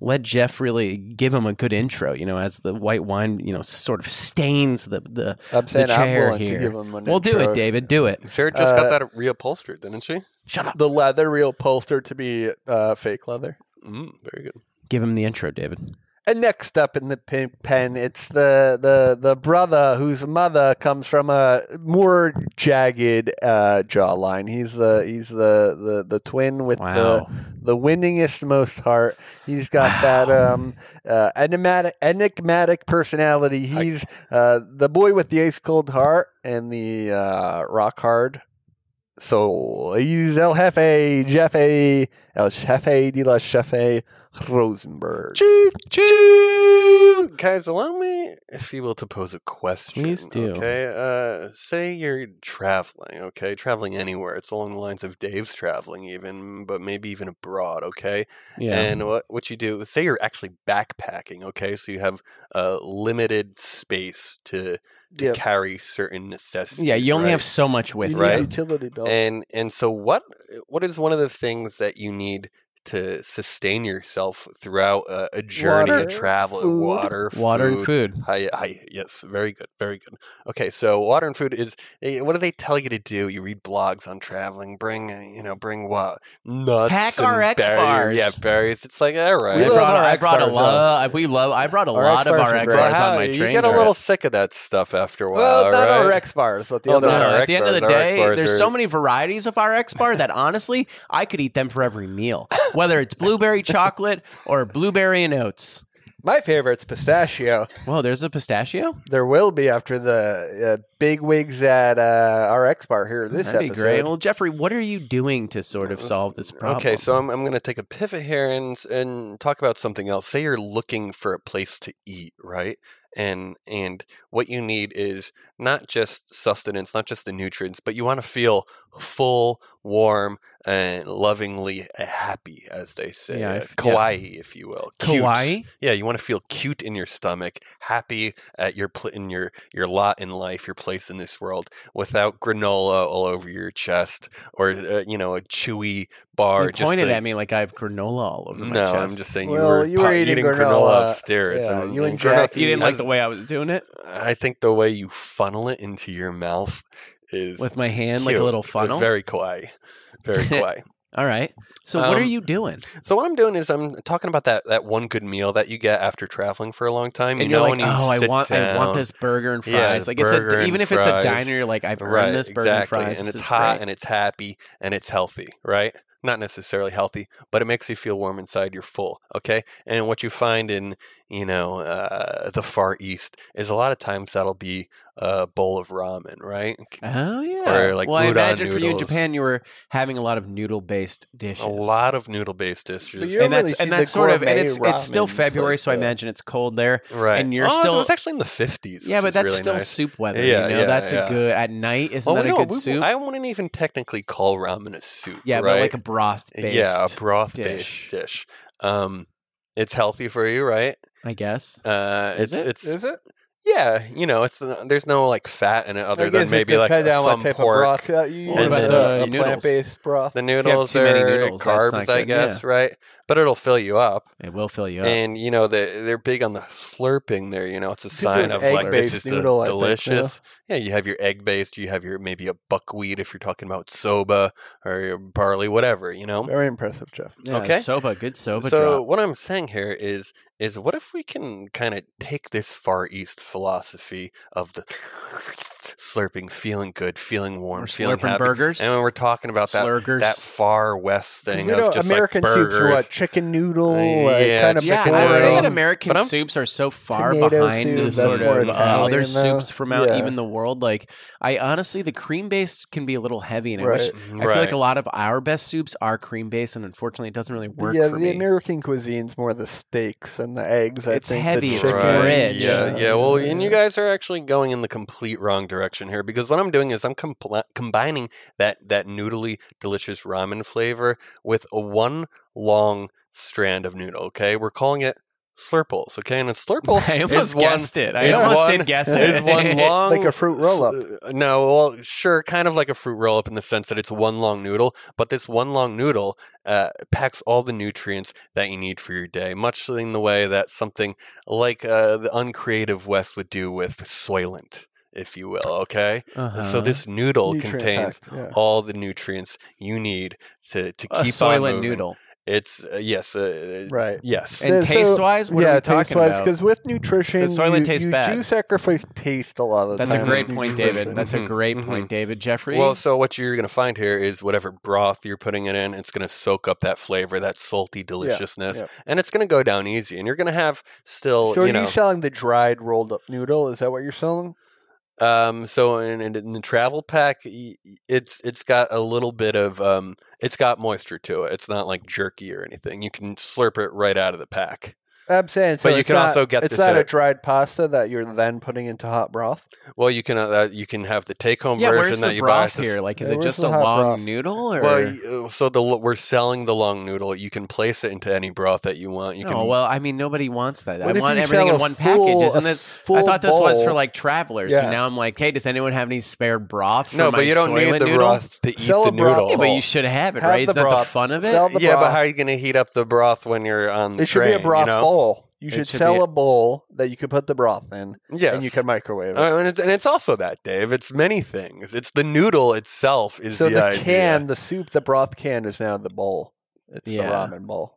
let Jeff really give him a good intro. You know, as the white wine you know sort of stains the the, I'm the saying I'm chair willing to here. give him an we'll do intro it, if- David. Do it. Sarah just uh, got that reupholstered, didn't she? Shut up. the leather real poster to be uh, fake leather. Mm, very good. Give him the intro, David. And next up in the pin, pen, it's the, the, the brother whose mother comes from a more jagged uh, jawline. He's the he's the, the, the twin with Wow. the the winningest most heart. He's got that um, uh, enigmatic enigmatic personality. He's uh, the boy with the ice cold heart and the uh, rock hard soul. He's El Jefe, Jefe, El Jefe de la Jefe Rosenberg. Choo, choo. Guys, allow me, if you will, to pose a question. Please do. Okay. Uh, say you're traveling, okay? Traveling anywhere. It's along the lines of Dave's traveling, even, but maybe even abroad, okay? Yeah. And what, what you do, say you're actually backpacking, okay? So you have uh, limited space to, to Yeah. carry certain necessities. yeah, you only right? have so much with you. Right. Utility belt. And and so what what is one of the things that you need to sustain yourself throughout a, a journey, Water, a travel, food. water, Water and food. Hi, hi, yes, very good, very good. Okay, so water and food is eh, what do they tell you to do? You read blogs on traveling. Bring eh, you know, bring what nuts, Pack and our X berries. bars. Yeah, berries. It's like all right. We I love brought, our I X brought a bars, lot. We love. I brought a Our X lot of bars our are X great. But bars how- on my you train. get a trip. little sick of that stuff after a well, while. not right? our X bars, but the Oh, other no, one. our No, at X the end of the bars, our X day, bars there's are- so many varieties of our X bar that honestly, I could eat them for every meal, whether it's blueberry chocolate or blueberry and oats. My favorite's pistachio. Well, there's a pistachio. There will be after the uh, big wigs at uh, our X bar here this That'd be episode. great. Well, Jeffrey, what are you doing to sort of solve this problem? Okay, so I'm, I'm going to take a pivot here and and talk about something else. Say you're looking for a place to eat, right? And and what you need is not just sustenance, not just the nutrients, but you want to feel full, warm, and lovingly happy, as they say, Yeah, I uh, f- yeah. kawaii, if you will. Cute. Kawaii? Yeah, you want to feel cute in your stomach, happy at your pl- in your your lot in life, your place in this world, without granola all over your chest or uh, you know a chewy bar. you just pointed to- at me like I have granola all over my No, chest. I'm just saying you Well, were you were po- eating granola. granola upstairs. Yeah, you and granola- Jackie. You didn't like I- the way I was doing it I think the way you funnel it into your mouth is with my hand, like a cute. little funnel. Very kawaii, very kawaii. All right. So what are Um, you doing? So what I'm doing is I'm talking about that, that one good meal that you get after traveling for a long time. And you you're know like, when you oh, I sit want, I down- want this burger and fries. Yeah, the like it's burger a, and even if it's a fries. diner, you're like, I've earned right, this burger exactly. and fries. and This it's is hot great. and it's happy and it's healthy, right? Not necessarily healthy, but it makes you feel warm inside. You're full, okay. And what you find in you know uh, the Far East is a lot of times that'll be a bowl of ramen, right? Oh yeah. Or, like, well, I udon imagine for you in noodles. Japan, you were having a lot of noodle-based dishes. A lot of noodle-based dishes, You don't and that's really see and the that's sort of and gourmet it's it's still ramens February, like so I that. imagine it's cold there. right? and you're oh, still- it was actually in the fifties. Yeah, but that's still nice. soup weather. Yeah, you know, yeah, that's yeah. a good at night. Isn't Well, that we a don't- good we- soup? I wouldn't even technically call ramen a soup. yeah, right? but like a broth-based. yeah, a dish. broth-based dish. Um, it's healthy for you, right? I guess. Uh, Is it's it? it's Is it? Yeah, you know, it's uh, there's no like fat in it I other than guess it maybe like depends on some what type pork. of broth that you What use. about Is it the a- a noodles? plant-based broth? The noodles too many are noodles, that's carbs, not I good, yeah. guess, right? But it'll fill you up, It will fill you up. and you know they they're big on the slurping. There, you know, it's a are sign an of like this egg-based is noodle, I del- think, delicious. yeah, you have your egg based. You have your maybe a buckwheat if you're talking about soba or your barley, whatever. You know, Very impressive, Jeff. Yeah, okay. Soba, good soba so drop. what I'm saying here is is what if we can kind of take this Far East philosophy of the slurping, feeling good, feeling warm, We're feeling slurping happy, burgers. and when we're talking about that Slurgers. that Far West 'Cause thing we of don't- just American like soups burgers. are what chicken noodle, Uh, like, yeah, kind of yeah, chicken I would say noodle. that American But I'm- soups are so far Tomato behind soup, the that's sort more of uh, other Italian, though. soups from out Yeah. even the world. Like I honestly, the cream based can be a little heavy, and I wish Right. I feel like Right. a lot of our best soups are cream based, and unfortunately, it doesn't really work yeah, for the me. American cuisine's more the steaks and the eggs. I It's think heavy, the it's chicken, rich. Yeah, yeah. Well, and you guys are actually going in the complete wrong direction here because what I'm doing is I'm compl- combining that that noodly delicious ramen flavor with a one long strand of noodle. Okay, we're calling it slurples. Okay, and a slurple I is almost one. guessed it. I is almost one- did guess it. Is one long Like a fruit roll-up. s- uh, No, well, sure, kind of like a fruit roll up in the sense that it's one long noodle, but this one long noodle uh, packs all the nutrients that you need for your day, much in the way that something like uh, the uncreative West would do with Soylent, if you will. Okay, Uh-huh. so this noodle Nutrient contains packed, yeah. all the nutrients you need to to a keep on soylent moving. noodle. It's uh, yes, uh, Right. Yes, And taste-wise, what are yeah, we talking taste-wise, about? Because with nutrition, 'Cause soylent you, tastes you bad. do sacrifice taste a lot of the That's time. a great with point, nutrition. David. That's a great point, David. Jeffrey, Mm-hmm. Well, so what you're going to find here is whatever broth you're putting it in, it's going to soak up that flavor, that salty deliciousness, yeah. and it's going to go down easy. And you're going to have still, so are you know, you selling the dried rolled up noodle? Is that what you're selling? um, so in, in, in the travel pack, y- y- it's it's got a little bit of, um, it's got moisture to it. It's not like jerky or anything. You can slurp it right out of the pack. I'm saying. So But you it's can not- also get it's this not at- a dried pasta that you're then putting into hot broth. Well, you can uh, uh, you can have the take home yeah, version where's that the you buy at broth the s- here? Like, is Yeah, it where's just a the hot long broth? noodle? Or Well, y- uh, so the l- we're selling the long noodle. You can place it into any broth that you want. You no, can well, I mean, nobody wants that. What I if want you everything in sell a one full- package. Isn't a it? I thought this was full for bowl? like travelers. So Yeah. now I'm like, hey, does anyone have any spare broth? For No, my but you don't need Soylent the noodle? broth to eat Sell the a broth noodle. Yeah, but bowl. you should have it, Have right? the Isn't that the broth. fun of it? Sell the yeah, but broth. how are you going to heat up the broth when you're on the It should be a train, broth you know? bowl. You should, should be sell a- a bowl that you could put the broth in, Yes. and you can microwave it. Uh, and, it's, and it's also that, Dave. It's many things. It's the noodle itself is so the, the idea. can, the soup, the broth can is now the bowl. It's Yeah. the ramen bowl.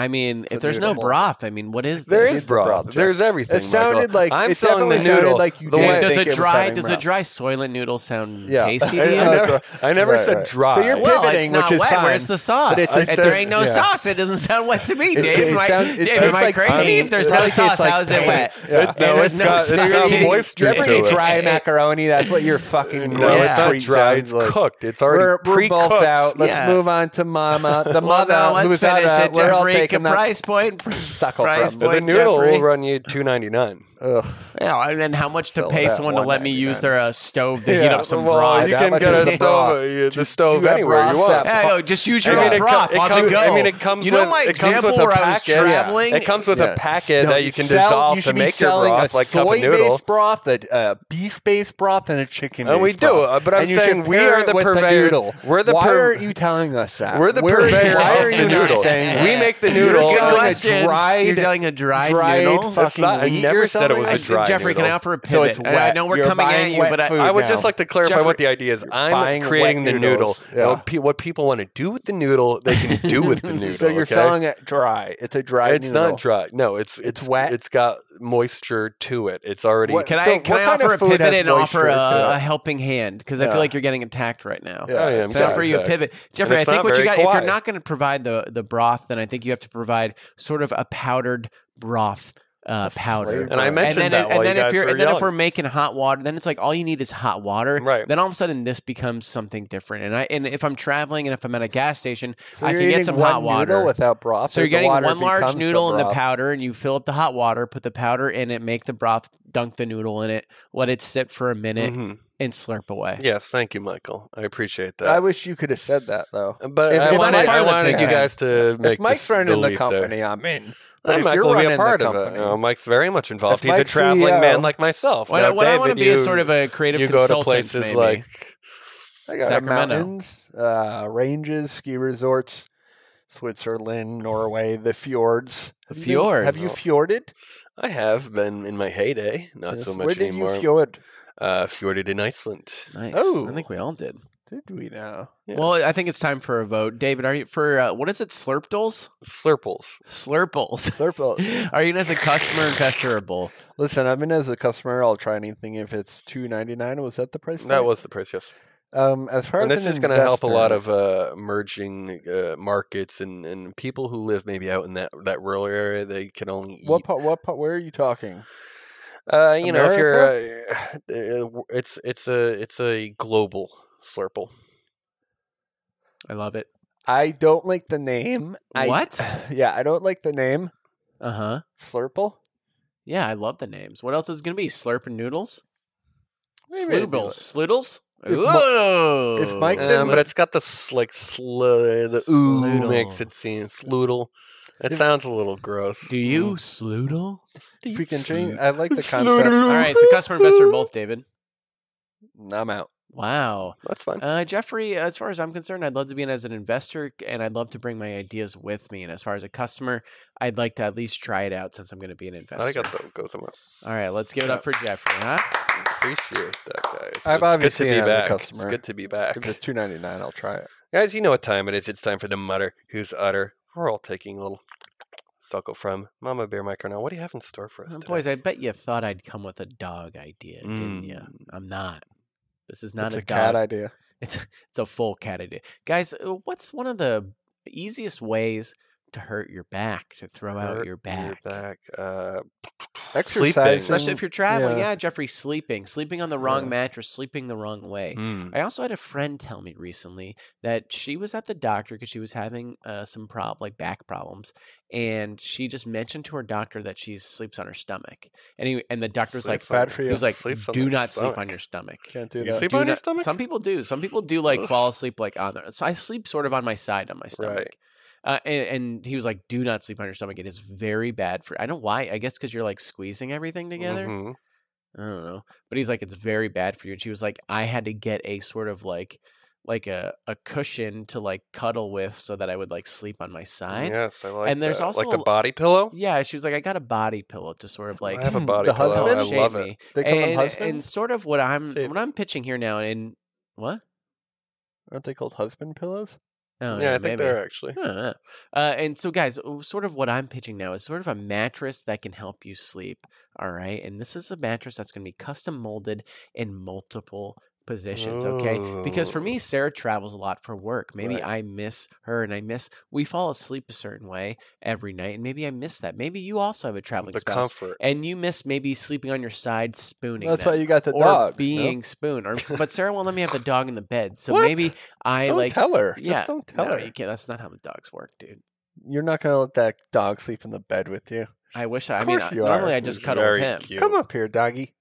I mean, if It's a there's no noodle. broth, I mean, what is There this? is the broth. broth, Jeff. There's everything. It sounded Michael. like- I'm it selling the definitely sounded noodle. like you the did. way- I does think a it was dry having does a broth. dry soylent noodle sound Yeah. tasty? I, to I you? Yeah. never, I never Right, said right. dry. So you're- well, pivoting, it's not which is wet. Where's fine, the sauce? but it's- if it there says- ain't no yeah. sauce, it doesn't sound wet to me, It- Dave. it like, sounds- it Dave, am tastes I like crazy? honey. if there's It no probably tastes sauce, like how is it paint. wet? Yeah. And No, there's it's got- it's sauce. got Dude, moisture You ever to get it. dry macaroni? That's what your fucking No, gross it's not treat dry, sounds it's like. cooked. It's already we're, we're both pre-cooked. out. Let's Yeah. move on to mama. The Well, mother now let's who's finish out. it. We're all Jeffrey, taking get that price point. suckle price from. But the Boy, noodle Jeffrey. will run you two ninety nine. Oh, Yeah, and then how much to Sell pay that someone to let me use their uh, stove to heat Yeah, up some well, broth? You That can much get is a the stove, broth. uh, Do- the stove do that anywhere you broth, want. that Hey, yo, just use I your mean, it own broth co- it on comes- the go. I mean, it comes you know with- my it comes with example a where I was packet. Yeah. traveling. It comes with Yeah. a packet No, that you can sell- dissolve you to should be make your selling broth, a like cup of soy-based noodle. broth, a, a beef-based broth, and a chicken. And we do, uh, but I'm saying we are the purveyor- we're the Why pur- are you telling us that? We're the Where- purveyor Why of are the you not noodle. saying We that? make the You're noodle. selling Good a questions. dried- You're selling a dried noodle? It's fucking not- I wheat never or said it something? was a I I- said, dry Jeffrey, can I noodle. offer a pivot? So it's I wet. know we're You're coming at buying you, wet but food. I, I would now. just like to clarify Jeffrey, what the idea is. I'm buying creating the wet noodle. noodles. You know, Yeah. pe- what people want to do with the noodle, they can do with the noodle. So you're okay? selling it dry. It's a dry. It's noodle. not dry. No, it's, it's wet? It's got moisture to it. It's already. What- can So I, can what I kind offer a of food pivot has and offer moisture a, to it? a helping hand? Because I feel Yeah. like you're getting attacked right now. Yeah. I am Can I offer getting you a attacked. pivot, Jeffrey? I it's think not what you very got. If you're quiet. not going to provide the the broth, then I think you have to provide sort of a powdered broth uh, powder. flavor. And I And mentioned and then, that and while then you if guys you're were and then if yelling. we're making hot water, then it's like all you need is hot water. Right. Then all of a sudden this becomes something different. And I and if I'm traveling and if I'm at a gas station, So I you're can get eating some one hot water. noodle without broth. so or you're the getting water one large becomes the noodle and the broth? powder, and you fill up the hot water, put the powder in it, make the broth, dunk the noodle in it, let it sit for a minute, Mm-hmm. Mhm. and slurp away. Yes, thank you, Michael. I appreciate that. I wish you could have said that though. but If- I if wanted, Mike's I running wanted the you company- guys to make if Mike's this running the leap there. company, I'm in. But I'm if not you're going to be running a part the of it. company, No, Mike's very much involved. If E He's Mike's a traveling CEO man like myself. What, Now, what I David, want to be you, is sort of a creative you go consultant. to maybe. places like I got Sacramento. mountains, uh, ranges, ski resorts, Switzerland, Norway, the fjords. Have you been- Fjords. have you fjorded? I have been in my heyday, not so much Where did anymore. you fjord? uh, fjorded in Iceland. nice. Oh. I think we all did. Did we now? Well, I think it's time for a vote. David, are you for uh, what is it? Slurpdoles? Slurples. Slurples. Slurple. Are you in as a customer, investor, or both? Listen, I've been as a customer. I'll try anything if it's two ninety nine. Was that the price? That point? was the price, yes. Um, as far And as this an is going to help a lot investor- of uh, emerging uh, markets and, and people who live maybe out in that, that rural area. They can only eat. What part? What part? Where are you talking? uh, you know, if you're, uh, uh, it's it's a it's a global slurple. I love it. I don't like the name. I- What? yeah, I don't like the name Uh huh. Slurple. Yeah, I love the names. What else is it gonna be? Slurping noodles? Maybe it'd be Sloodles. Sloodles? If Mi- Ooh. if Mike Um, but Slizzle. it's got the s- like slu the ooh Sloodle. mix. It seems sloodle. It If- sounds a little gross. Mm. Do you sloodle? If we can change, I like the Slurple. concept. All right, so customer, investor, or both, David. I'm out. Wow. That's fine. Uh, Jeffrey, as far as I'm concerned, I'd love to be in as an investor and I'd love to bring my ideas with me. And as far as a customer, I'd like to at least try it out since I'm going to be an investor. I got the goes on us. All right, let's give it up for Jeffrey, huh? Appreciate that, guys. I've it's good obviously to be been a back. customer. It's good to be back, If it's two ninety nine, I'll try it. guys. You know what time it is? It's time for the mutter who's utter We're all taking a little suckle from Mama Bear Mike Carnell. What do you have in store for us? Oh, today? Boys, I bet you thought I'd come with a dog idea, didn't Mm. you? I'm not. This is not it's a, a, dog. cat idea. It's it's a full cat idea, guys. uh, What's one of the easiest ways to hurt your back? To throw out Hurt your back. back. Uh, Exercising. Especially if you're traveling. Yeah. Yeah. Jeffrey, sleeping, sleeping on the wrong Yeah. mattress, sleeping the wrong way. Mm. I also had a friend tell me recently that she was at the doctor because she was having uh, some prob like back problems, and she just mentioned to her doctor that she sleeps on her stomach. And he, and the doctor was like, Sleeps on- Bad for he you. was like, Sleeps on do their not sleep on stomach. your stomach. Can't do You that. sleep Do on your not- stomach? Some people do. Some people do like fall asleep like on their. So I sleep sort of on my side on my stomach. Right. Uh, and, and he was like, "Do not sleep on your stomach. It is very bad for." I don't know why. I guess because you're like squeezing everything together. Mhm. I don't know. But he's like, it's very bad for you. And she was like, I had to get a sort of like like a, a cushion to like cuddle with so that I would like sleep on my side. Yeah. Yes, I like. And there's that. also like the a- body pillow. she was like, I got a body pillow to sort of like I have a the body pillow. husband? I shape love me. it. They call them And, and husbands. sort of what I'm They- what I'm pitching here now and what? Aren't they called husband pillows? Oh, yeah, I think they're actually. Huh. Uh, and so, guys, uh, sort of what I'm pitching now is sort of a mattress that can help you sleep. All right. And this is a mattress that's going to be custom molded in multiple positions. Okay. Because for me, Sarah travels a lot for work. Maybe Right. I miss her and I miss, we fall asleep a certain way every night. And maybe I miss that. Maybe you also have a traveling The spouse. comfort. And you miss maybe sleeping on your side, spooning. That's them why you got the or dog. no? being spooned. Or, but Sarah won't let me have the dog in the bed. So What? maybe I don't like tell her. yeah, Just don't tell no, her. You can't, that's not how the dogs work, dude. You're not gonna let that dog sleep in the bed with you. I wish I. I Of mean, course I- you normally are. I just It's cuddle very with him. cute. Come up here, doggy.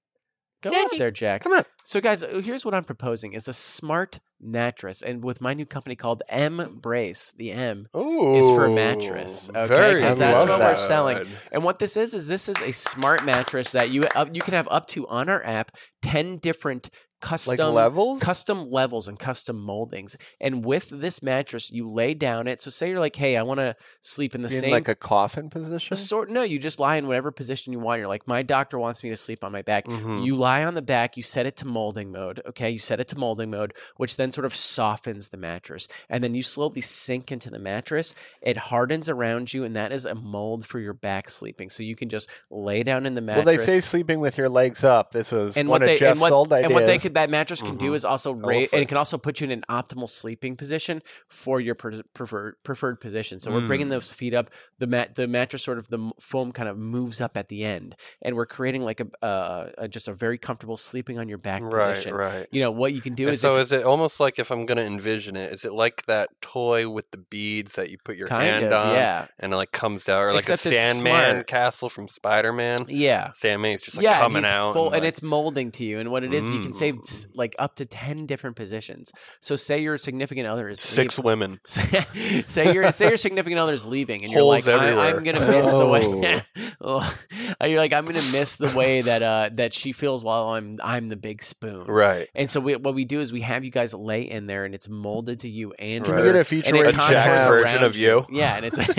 Go Yeah, up there, Jack. Come on. So, guys, uh, here's what I'm proposing: is a smart mattress, and with my new company called M Brace, the M. Ooh, for mattress, okay? 'Cause that's what we're selling. And what this is is this is a smart mattress that you up you can have up to on our app ten different custom Like levels. custom levels and custom moldings. And with this mattress, you lay down it. So say you're like, hey, I want to sleep in the Be in same like a coffin position. a sort. No, you just lie in whatever position you want. You're like, my doctor wants me to sleep on my back. Mm-hmm. Mhm. You lie on the back. You set it to molding mode. Okay, you set it to molding mode, which then sort of softens the mattress, and then you slowly sink into the mattress. It hardens around you, and that is a mold for your back sleeping. So you can just lay down in the Well, mattress. they say sleeping with your legs up. This was And one what they of Jeff's and what, old ideas. and what they could that mattress can do Mhm. is also love raise and it. it can also put you in an optimal sleeping position for your pre- preferred preferred position. So we're bringing Mm. those feet up. The mat the mattress sort of the m- foam kind of moves up at the end, and we're creating like a, uh, a just a very comfortable sleeping on your back Right, position. right. You know what you can do And is so if- is it almost like if I'm going to envision it, is it like that toy with the beads that you put your kind of hand on yeah and it like comes out, or like Except a it's Sandman smart. castle from Spider-Man? yeah. Sandman's just like yeah, coming he's out, full, and, like- it's molding to you. And what it is, you can save Mm. s- like up to ten different positions. So, say your significant other is six leaving- women. say say your say your significant other's leaving, and you're Holes like, I, everywhere. I'm gonna miss the way. Oh. you're like, I'm gonna miss the way that uh, that she feels while I'm I'm the big spoon. Right. And so we, what we do is we have you guys lay in there, and it's molded to you. And Can Right. you get a feature and it where A you contours can Jack have, version around of you. Yeah, and it's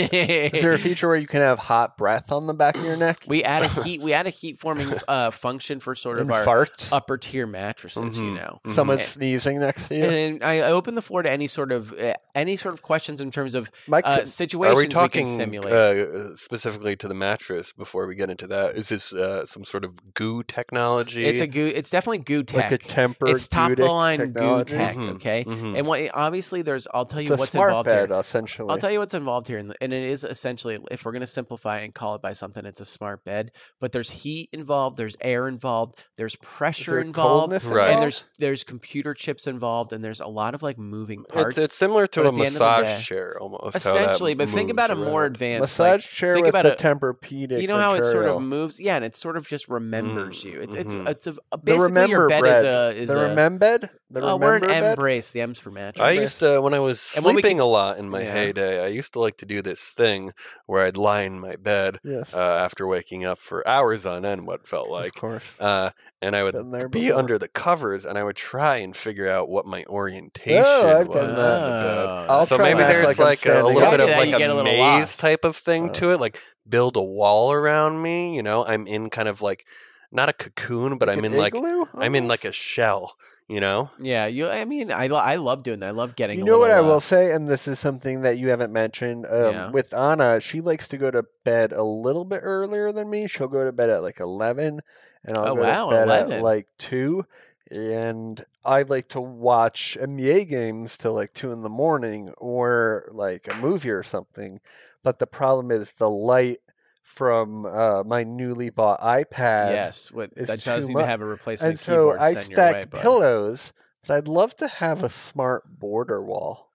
Is there a feature where you can have hot breath on the back of your neck? we add a heat we add a heat forming uh, function for sort of and our farts. upper tier mattresses. You Mhm. know, Mhm. Someone sneezing next to you. and I open the floor to any sort of uh, any sort of questions in terms of Mike, uh, could- situations Are we can talking simulate. uh, specifically to the mattress before we get into that? Is this uh, some sort of goo technology? It's a goo. It's definitely goo tech. like a temper. it's top of the Gudic line goo technology. Mm-hmm, tech. Mhm, Okay, mhm. and what obviously there's. I'll tell It's you a what's smart involved bed, here. essentially. I'll tell you what's involved here, and and it is essentially if we're going to simplify and call it by something, it's a smart bed. But there's heat involved, there's air involved, there's Is pressure there involved, coldness Right. and involved? there's there's computer chips involved, and there's a lot of like moving parts. It's, it's similar but to a at the end of the massage day- chair almost. how that essentially, but think moves about a more around. advanced massage like, chair think with about the a- Tempur-Pedic. You know how it sort material. mm-hmm. of moves, yeah, and it sort of just remembers Mm, you. It's it's mhm. it's a, a- the basically remember your bed bread. is a is the a remember bed. The Oh, we're remember an M bed. brace. The M's for mattress. I Yes. used to when I was And when we sleeping could- a lot in my Yeah. heyday. I used to like to do this thing where I'd lie in my bed Yes, uh, after waking up for hours on end, what felt of like, course. uh, and I would Been there be before. Oh, under the covers, and I would try and figure out what my orientation I've was. done that. in the bed. I'll so try maybe to act there's like like, I'm a, standing little up. bit of Ah. Yeah, like you a, get a little maze lost. type of thing Uh. to it, like build a wall around me. You know, I'm in kind of like not a cocoon, but Like I'm an in like igloo, I'm in like a almost? shell. You know, Yeah, you. I mean, I, lo- I love doing that. I love getting. You a know what I little, uh, will say, and this is something that you haven't mentioned. Um, Yeah. With Anna, she likes to go to bed a little bit earlier than me. She'll go to bed at like eleven, and I'll Oh, go wow, to bed 11. at like two. And I like to watch NBA games till like two in the morning, or like a movie or something. But the problem is the light from uh, my newly bought iPad Yes, what, is that too doesn't even much. have a replacement and so keyboard I sent stack your way, bud. Hmm. pillows, but I'd love to have a smart border wall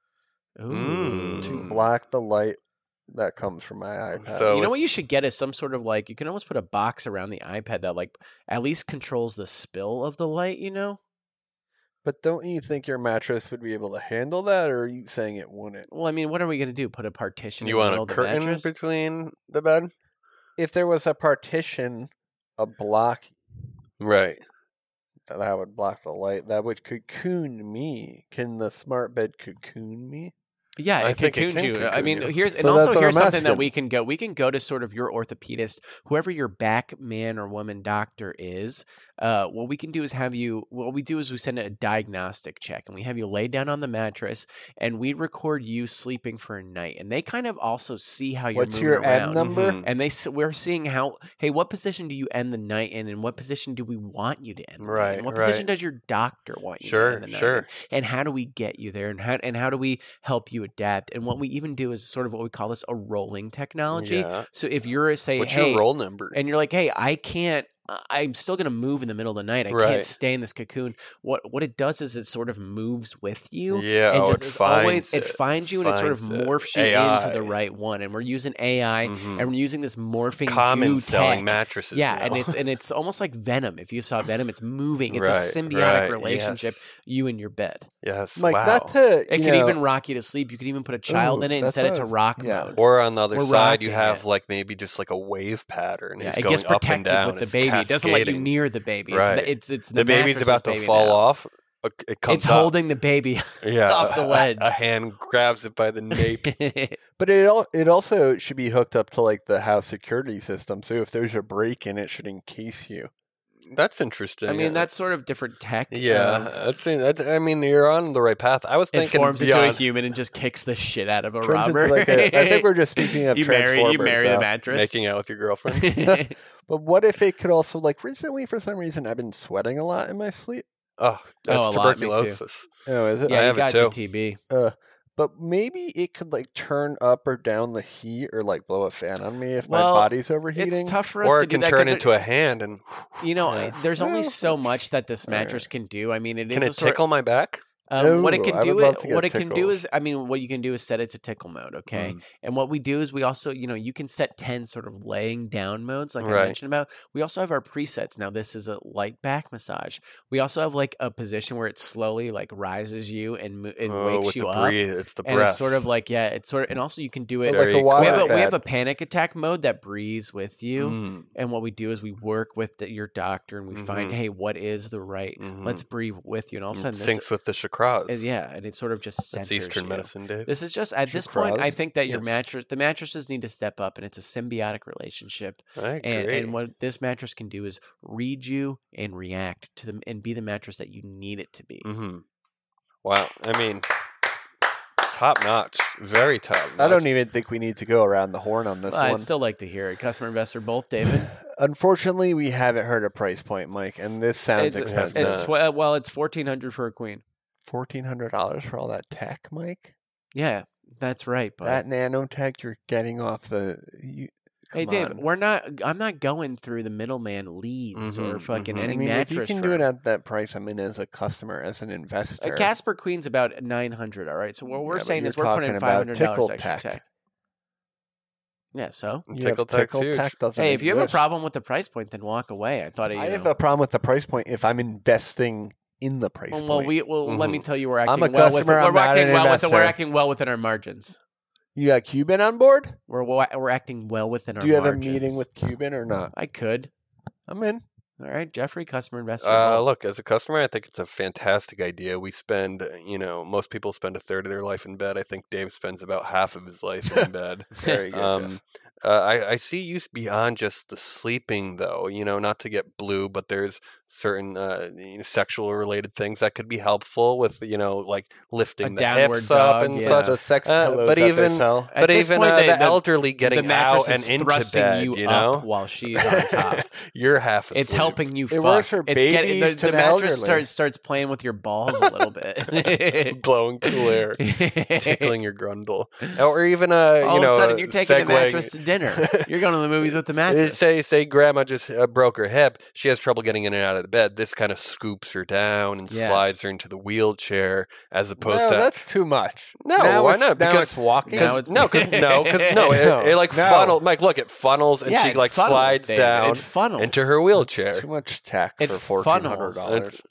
Ooh. to Mm. block the light that comes from my iPad. So you know what it's- you should get is some sort of like you can almost put a box around the iPad that like at least controls the spill of the light. You know, but don't you think your mattress would be able to handle that, or are you saying it wouldn't? well, I mean, what are we going to do? Put a partition? in you the want middle a of the curtain mattress? between the bed, If there was a partition, a block right? that would block the light, that would cocoon me. Can the smart bed cocoon me? Yeah, I it think it cocoons can you. I cocoon mean, you. here's and So that's also what here's I'm something that asking. we can go. We can go to sort of your orthopedist, whoever your back man or woman doctor is. Uh, what we can do is have you. What we do is we send a diagnostic check, and we have you lay down on the mattress, and we record you sleeping for a night, and they kind of also see how you're What's moving your around. ad number? Mhm. And they s- we're seeing how hey, what position do you end the night in, and what position do we want you to end? the night Right, in? What right. position does your doctor want you to Sure, end the night? in? sure. and how do we get you there and how and how do we help you adapt and what we even do is sort of what we call this a rolling technology Yeah. so if you're say What's hey your roll number? and you're like hey i can't I- I'm still going to move in the middle of the night. I can't Right. stay in this cocoon. What what it does is it sort of moves with you. Yeah, and oh, just it is always- finds it it, finds you and it sort of finds it. morphs you into the AI. right one. And we're using AI Mhm. and we're using this morphing goo Common selling tech. mattresses. Yeah, now. and it's and it's almost like Venom. If you saw Venom, it's moving. It's a Right, symbiotic right, relationship. You and your bed. yes, Mike, wow. not to. It you can know- even rock you to sleep. You could even put a child Ooh, in it and that's set it what I to was- rock yeah. mode. Or on the other We're side, you rocking have it. like maybe just like a wave pattern. Yeah, it's it going gets up and protected down. with the it's baby. It doesn't let you cascading. near the baby. It's, Right. the, it's, it's the, The baby's mattress's about to baby fall now. off. uh, It comes It's up. holding the baby. yeah, off the ledge. A hand grabs it by the nape. But it al- it also should be hooked up to like the house security system. So if there's a break in, it should encase you. That's interesting. Uh, I mean, that's sort of different tech. yeah. Um, That's, that's, I mean, you're on the right path. I was it thinking forms into a beyond- human and just kicks the shit out of a Turns into, robber. like, a- I think we're just speaking of you marry you Transformers marry the now. mattress. making out with your Oh, girlfriend. yeah, But what if it could also like recently for some reason I've been sweating a lot in my sleep. oh, that's a lot, me too. tuberculosis. Oh, is it? I you have it got too. the TB. But maybe it could like turn up or down the heat or like blow a fan on me if Well, my body's overheating. It's tough for us Or to it do can that turn 'cause into a hand and You know, Yeah. there's only Well, so it's- much that this all right. mattress can do. I mean, it is can a it sort- tickle my back? Um, what it Ooh, can I do, would love to it, get what it can do tickles. Mm-hmm. is, I mean, what you can do is set it to tickle mode, okay? And what we do is we also, you know, you can set ten sort of laying down modes, like I Right. mentioned about. We also have our presets. Now, this is a light back massage. We also have like a position where it slowly like rises you and mo- and oh, wakes with you the up, breath. It's the and breath. it's sort of like yeah, it's sort of, and also you can do it. But like Very a cool. we water have a, we have pad. a panic attack mode that breathes with you. Mm. And what we do is we work with the, your doctor and we find, Mm-hmm. Mhm. hey, what is the right? Mhm. Let's breathe with you. And all Mm, of a It sudden, this, Syncs with the chakras. is- yeah, and it sort of just centers It's Eastern you. medicine, Dave. This is just at Should this point. I cross? think that your Yes. mattress, the mattresses need to step up, and it's a symbiotic relationship. I agree. And, and what this mattress can do is read you and react to them and be the mattress that you need it to be. Mm, hmm Wow. I mean, top notch. Very top notch. I don't even think we need to go around the horn on this Well, I'd one. still like to hear it. Customer investor, both David. Unfortunately, we haven't heard a price point, Mike, and this sounds it's expensive. it's tw- well, it's fourteen hundred for a queen. Fourteen hundred dollars for all that tech, Mike. Yeah, that's right. But That nanotech you're getting off the. You, Hey come Dave, on. we're not. I'm not going through the middleman leads or Mhm, fucking mhm. Mm-hmm, I any mean, if mattress. you can do firm. it at that price, I mean, as a customer, as an investor, A Uh, Casper Queen's about nine hundred. All right. So what we're Yeah, but saying you're is we're putting talking five about hundred dollars tickle extra tech. tech. Yeah. So you Tickle have Tech's tickle huge. tech doesn't hey, if you have a exist. problem with the price point, then walk away. I thought you I know- have a problem with the price point if I'm investing in the price well, point. Mm-hmm. well, we well let me Mhm. tell you we're acting I'm a well customer, with I'm we're not acting an well with we're investor. acting well within our margins. you got Cuban on board? We're we're we're acting well within our. Do you have margins. a meeting with Cuban or not? I could. I'm in. All right, Jeffrey, customer investor. Uh, Hall. look, as a customer, I think it's a fantastic idea. We spend, you know, most people spend a third of their life in bed. I think Dave spends about half of his life in bed. Very good. Um, uh, I, I see use beyond just the sleeping, though. You know, not to get blue, but there's certain uh, you know, sexual related things that could be helpful with you know like lifting A the downward hips up dog, and yeah. such. the sex Uh, pillows but that they even- sell. At but this even point, uh, they- the, the- elderly getting the out mattress and is into thrusting bed, you, you, know, up while she's on top. you're half. Asleep. It's helping you. It fuck. works for it's getting, the, babies to the the elderly. mattress starts starts playing with your balls a little bit. blowing cool air, tickling your grundle, or even uh, All you know, of a sudden, you're taking segueing- Uh, the mattress to dinner. You're going to the movies with the mattress. Say say grandma just uh, broke her hip. She has trouble getting in and out of the bed. This kind of scoops her down and Yes. slides her into the wheelchair, as opposed no, to that's too much. No, now why it's, not? Now Because- it's walking. Now it's- no, 'cause- no, 'cause- no, No, it, it like no. funnels. Mike, look, it funnels, and Yeah, she it like funnels, slides David. It down funnels. into her wheelchair. too much tech It for fourteen hundred funnels. dollars.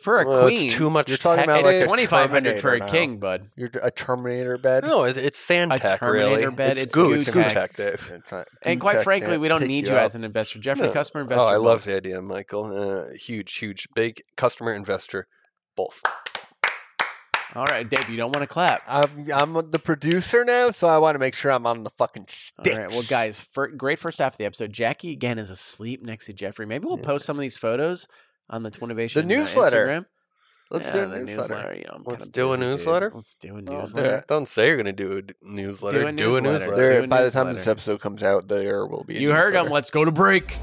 For a Well, queen, it's too much. You're talking tech- about it's like it's a twenty five hundred for a Terminator now. king, bud. You're a Terminator bed. No, it- it's sand A tech, Terminator really. bed, it's it's goo, goo it's tech. tech, Dave. It's not- And quite tech frankly, can't we don't pick need you, up. as an investor. Jeffrey, No. customer investor. Oh, I both. love the idea, Michael. Uh, huge, huge, big customer investor, both. All right, Dave, you don't want to clap. I'm I'm the producer now, so I want to make sure I'm on the fucking All stick. right, well, guys, fir- great first half of the episode. Jackie again is asleep next to Jeffrey. Maybe we'll post some of these photos on the Twinnovation The newsletter. Uh, Instagram. let's Yeah, do the a newsletter. Oh, You know, I'm Let's kinda do a busy, dude. newsletter? Let's do a do newsletter. it. Don't say you're going to do a d- newsletter. Do a newsletter. newsletter. There, Do a by the time newsletter. this episode comes out, there will be. a you heard him. newsletter. Let's go to break.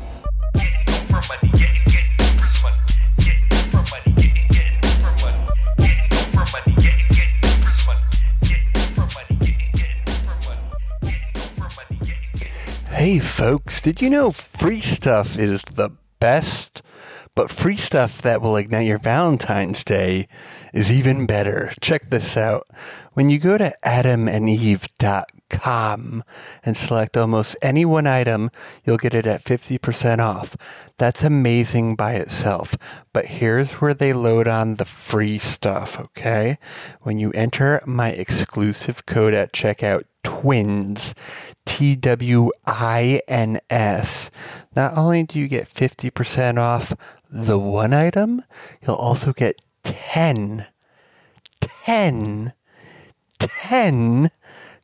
Hey, folks, did you know free stuff is the best? But free stuff that will ignite your Valentine's Day is even better. Check this out. When you go to adamandeve.com and select almost any one item, you'll get it at 50% off. That's amazing by itself. But here's where they load on the free stuff, okay? When you enter my exclusive code at checkout, Twins, T W I N S. Not only do you get 50% off the one item, you'll also get 10, 10, 10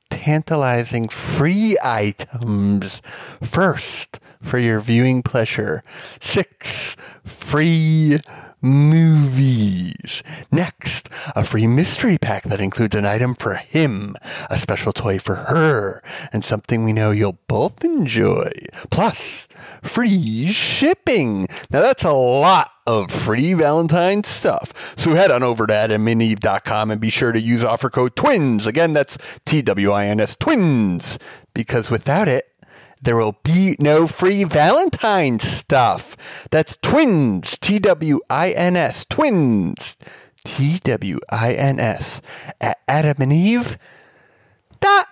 tantalizing free items. First, for your viewing pleasure, six free movies. Next, a free mystery pack that includes an item for him, a special toy for her, and something we know you'll both enjoy. Plus, free shipping. Now that's a lot of free Valentine's stuff. So head on over to adamandeve.com and be sure to use offer code TWINS. Again, that's T W I N S TWINS. Because without it, there will be no free Valentine's stuff. That's twins, T W I N S, twins, T W I N S, at adamandeve.com.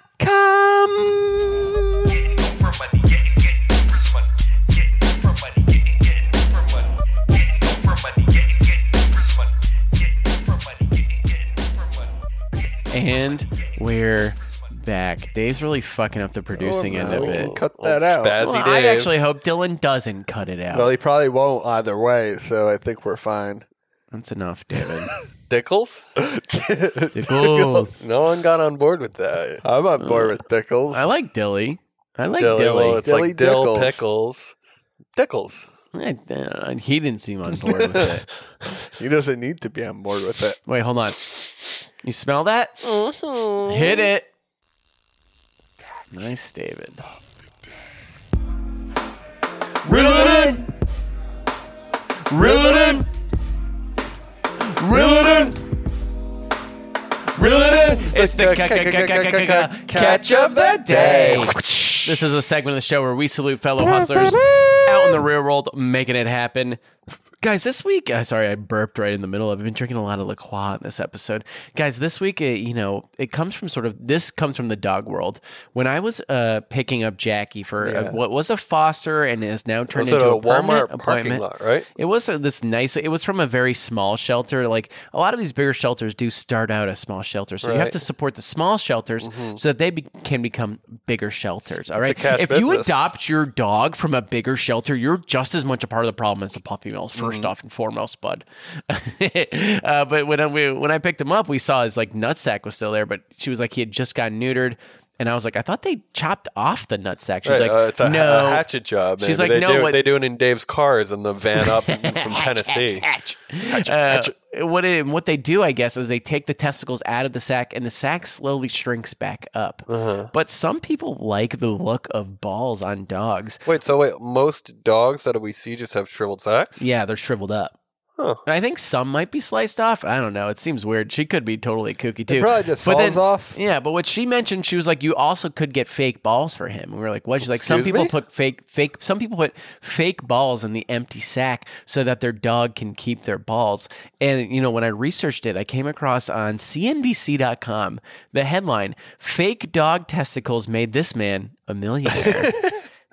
And we're back. Dave's really fucking up the producing end of it. Cut that out. Spaz- Well, He I did. actually hope Dylan doesn't cut it out. he probably won't either way, so I think we're fine. That's enough, David. Dickles? Dickles. No one got on board with that. I'm on board with Dickles. I like Dilly. I like Dilly. Well, Dilly. it's Dilly like Dill Dickles. Pickles. Dickles. Eh, eh, He didn't seem on board with it. He doesn't need to be on board with it. Wait, hold on. You smell that? Hit it. Nice, David. Reel it in. Reel it in. Reel it in. Reel it in. It's the ca- ca- ca- ca- ca- ca- catch of the day. This is a segment of the show where we salute fellow hustlers out in the real world making it happen. Guys, this week, uh, sorry, I burped right in the middle. I've been drinking a lot of La Croix in this episode. Guys, this week, uh, you know, it comes from sort of this comes from the dog world. When I was uh, picking up Jackie for uh, what was a foster and is now turned Was it into a permanent Walmart parking appointment- lot, right? it was uh, this nice. It was from a very small shelter. Like a lot of these bigger shelters do start out as small shelters, so you have Right. Mm-hmm. to support the small shelters so that they be- can become bigger shelters. All right. cash if you business. adopt your dog from a bigger shelter, you're just as much a part of the problem as the puppy mills. 1st Mm-hmm. off and foremost, bud. uh, but when I, we, when I picked him up, we saw his like nutsack was still there, but she was like he had just gotten neutered. And I was like, I thought they chopped off the nutsack. She's Right, like, uh, it's a, no. a hatchet job. She's like, man. they no, do, what- they doing in Dave's cars in the van up from Tennessee. Uh, what it, what they do, I guess, is they take the testicles out of the sack, and the sack slowly shrinks back up. But some people like the look of balls on dogs. Wait, so wait, most dogs that we see just have shriveled sacks? Yeah, they're shriveled up. Huh. I think some might be sliced off. I don't know. It seems weird. She could be totally kooky too. probably just falls off. Yeah, but what she mentioned, she was like, you also could get fake balls for him. And we were like, what? She's like, some Excuse people me? put fake fake. Some people put fake balls in the empty sack so that their dog can keep their balls. And you know, when I researched it, I came across on CNBC.com the headline: "Fake dog testicles made this man a millionaire."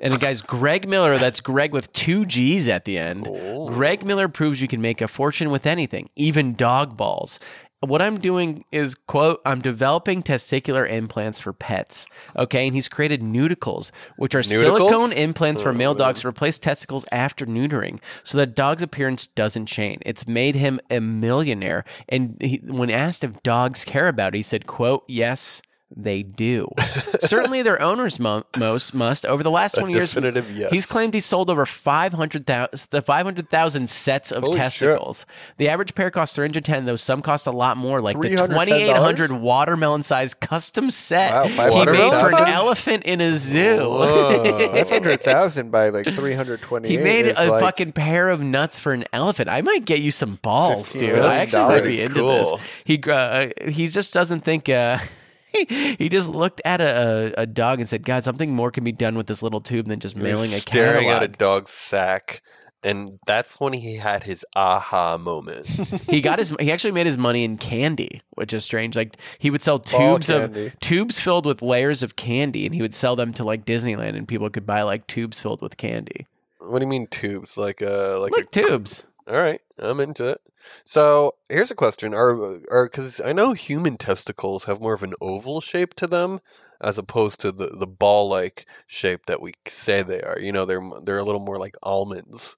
And the guy's Greg Miller. That's Greg with two G's at the end. Greg Miller proves you can make a fortune with anything, even dog balls. What I'm doing is, quote, I'm developing testicular implants for pets. Okay. And he's created nudicles, which are Nudicles? silicone implants for male Oh. dogs to replace testicles after neutering so that dog's appearance doesn't change. It's made him a millionaire. And he, when asked if dogs care about it, he said, quote, yes. They do. Certainly, their owners mo- most must. Over the last twenty years, definitive yes. he's claimed he sold over five hundred thousand the five hundred thousand sets of Holy shit. testicles. The average pair costs three hundred ten, though some cost a lot more, like the $310? twenty eight hundred watermelon sized custom set Wow, he made for an $500,000? elephant in a zoo. Whoa. Five Uh, hundred thousand by like three hundred twenty. he made a fucking pair of nuts for an elephant. I might get you some balls, dude. million I actually might be dollars. into Cool. this. He uh, he just doesn't think. Uh, He just looked at a, a, a dog and said, "God, something more can be done with this little tube than just mailing a staring catalog." at a dog's sack, and that's when he had his aha moment. he got his he actually made his money in candy which is strange like he would sell Ball tubes of candy. tubes filled with layers of candy and he would sell them to like disneyland and people could buy like tubes filled with candy what do you mean tubes? Like uh, like, like a- tubes All right, I'm into it. So here's a question: Are are because I know human testicles have more of an oval shape to them as opposed to the, the ball like shape that we say they are. You know, they're they're a little more like almonds.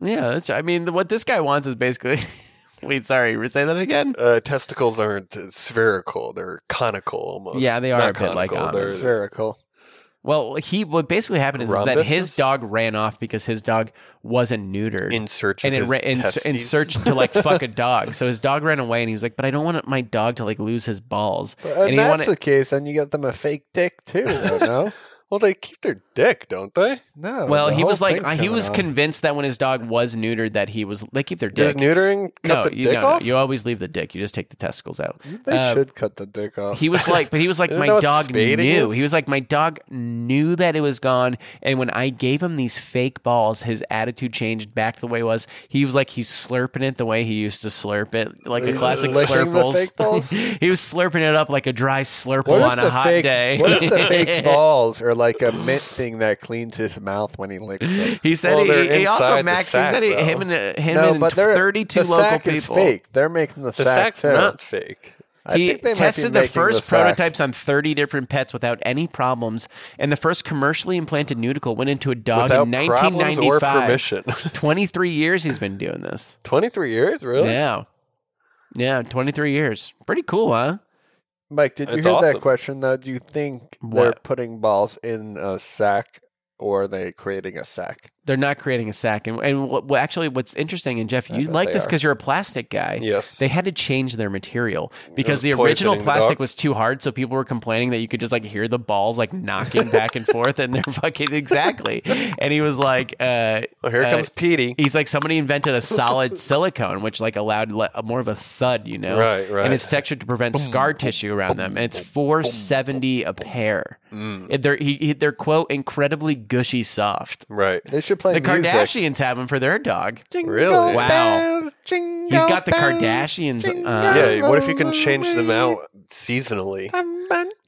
yeah that's, i mean what this guy wants is basically wait sorry say that again Uh, testicles aren't spherical; they're conical almost. Yeah, they are Not a bit like conical, almonds. they're- spherical. well he what basically happened is, is that his Rhombuses? dog ran off because his dog wasn't neutered in search of and it his ran, in, in testes. search to like fuck a dog so his dog ran away and he was like but i don't want my dog to like lose his balls uh, But and if he that's wanted the case, then you get them a fake dick too. though, no, Well, they keep their dick, don't they? no. Well, the he whole was like thing's uh, he coming was off. convinced that when his dog was neutered, that he was they keep their Does dick. neutering cut no, the you, dick no, no, off? you always leave the dick. You just take the testicles out. They Uh, should cut the dick off. He was like, but he was like, Isn't my that what dog knew. spading is? He was like, my dog knew that it was gone. And when I gave him these fake balls, his attitude changed back to the way it was. He was like, he's slurping it the way he used to slurp it, like a He's classic licking the slurples. fake balls? he was slurping it up like a dry slurple What if on the a hot fake, day. What if the fake balls are like a mint thing that cleans his mouth when he licks them? He said Well, he, they're he also inside the Max. sack, he said he, though. him and uh, him no, and but they're, 32 the local sack people. Is fake. They're making the, the sack sack's too. not fake. I he think they might be tested the making first sack. prototypes on 30 different pets without any problems, and the first commercially implanted nudicle went into a dog Without in problems 1995. or permission. 23 years he's been doing this. 23 years, really? Yeah. Yeah, 23 years. Pretty cool, huh? Mike, did you That's hear that awesome. question though? Do you think they're What? putting balls in a sack or are they creating a sack? They're not creating a sack. And, and what, what- actually, what's interesting, and Jeff, you bet like they this are. because you're a plastic guy. Yes. They had to change their material because was the original poisoning the plastic dogs. was too hard. So people were complaining that you could just like hear the balls like knocking back and forth, and they're fucking exactly. And he was like, uh, Well, Oh, here uh, comes Petey. He's like somebody invented a solid silicone, which like allowed le- more of a thud, you know, Right, right. And it's textured to prevent scar tissue around them, and it's four seventy a pair. Mm. And They're he, he- they're quote incredibly gushy soft. Right. They should play The music. Kardashians have him for their dog. Really? Wow. He's got the Kardashians. Uh, Yeah, what if you can change them out seasonally?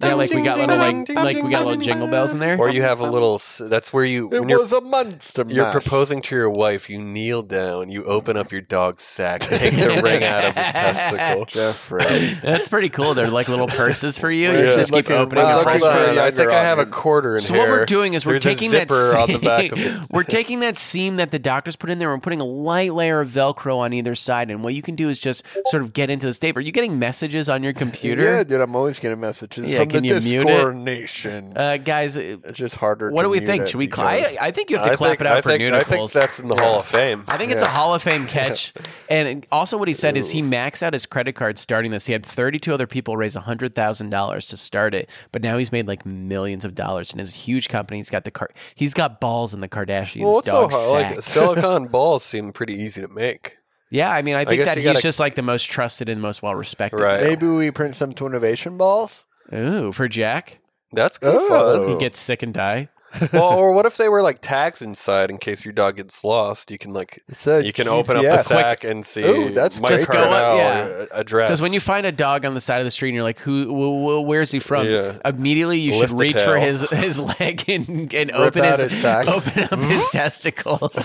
yeah, like we got little like like we got little jingle bells in there. Or you have a little, s- that's where you, It when you're, was a monster. you're mash. proposing to your wife, you kneel down, you open up your dog's sack, take the ring out of his testicle. Jeffrey. That's pretty cool. They're like little purses for you. Yeah. You just keep Looking- opening wow, the looking purse. for a I younger think I have a audience. quarter in So here. what we're doing is we're There's taking a zipper that on the back of it. we're taking that seam that the doctors put in there and we're putting a light layer of Velcro on either side. And what you can do is just sort of get into this tape. Are you getting messages on your computer? Yeah, dude, I'm always getting messages Yeah, from that. Can the you mute Discord it, Nation. uh, guys? uh, it's just harder. What to do we mute think? it Should we? Cla- because- I, I think you have to clap think, it out I for think, I nudicles. think that's in the Hall of Fame. I think it's a Hall of Fame catch. and also, what he said is he maxed out his credit card starting this. He had 32 other people raise $100,000 to start it, but now he's made like millions of dollars in his huge company. He's got the car, he's got balls in the Kardashians' well, what's so dog hard? Like sack. silicon balls seem pretty easy to make. yeah, I mean, I think guess that you he's gotta- just like the most trusted and most well respected. Right. Maybe we print some Twinnovation balls. Ooh, for Jack, That's kind of Oh. he fun. gets sick and die. well, or what if they were like tags inside in case your dog gets lost? You can like It's a you can open up the GPS. sack and see. Ooh, that's Mike Just go up, Carnell yeah. address. Because when you find a dog on the side of the street and you're like, "Who? Wh- wh- where's he from?" Yeah. Immediately, you Lift should the reach for tail. his his leg and, and open out his his sack. open up Mm-hmm. his testicle. What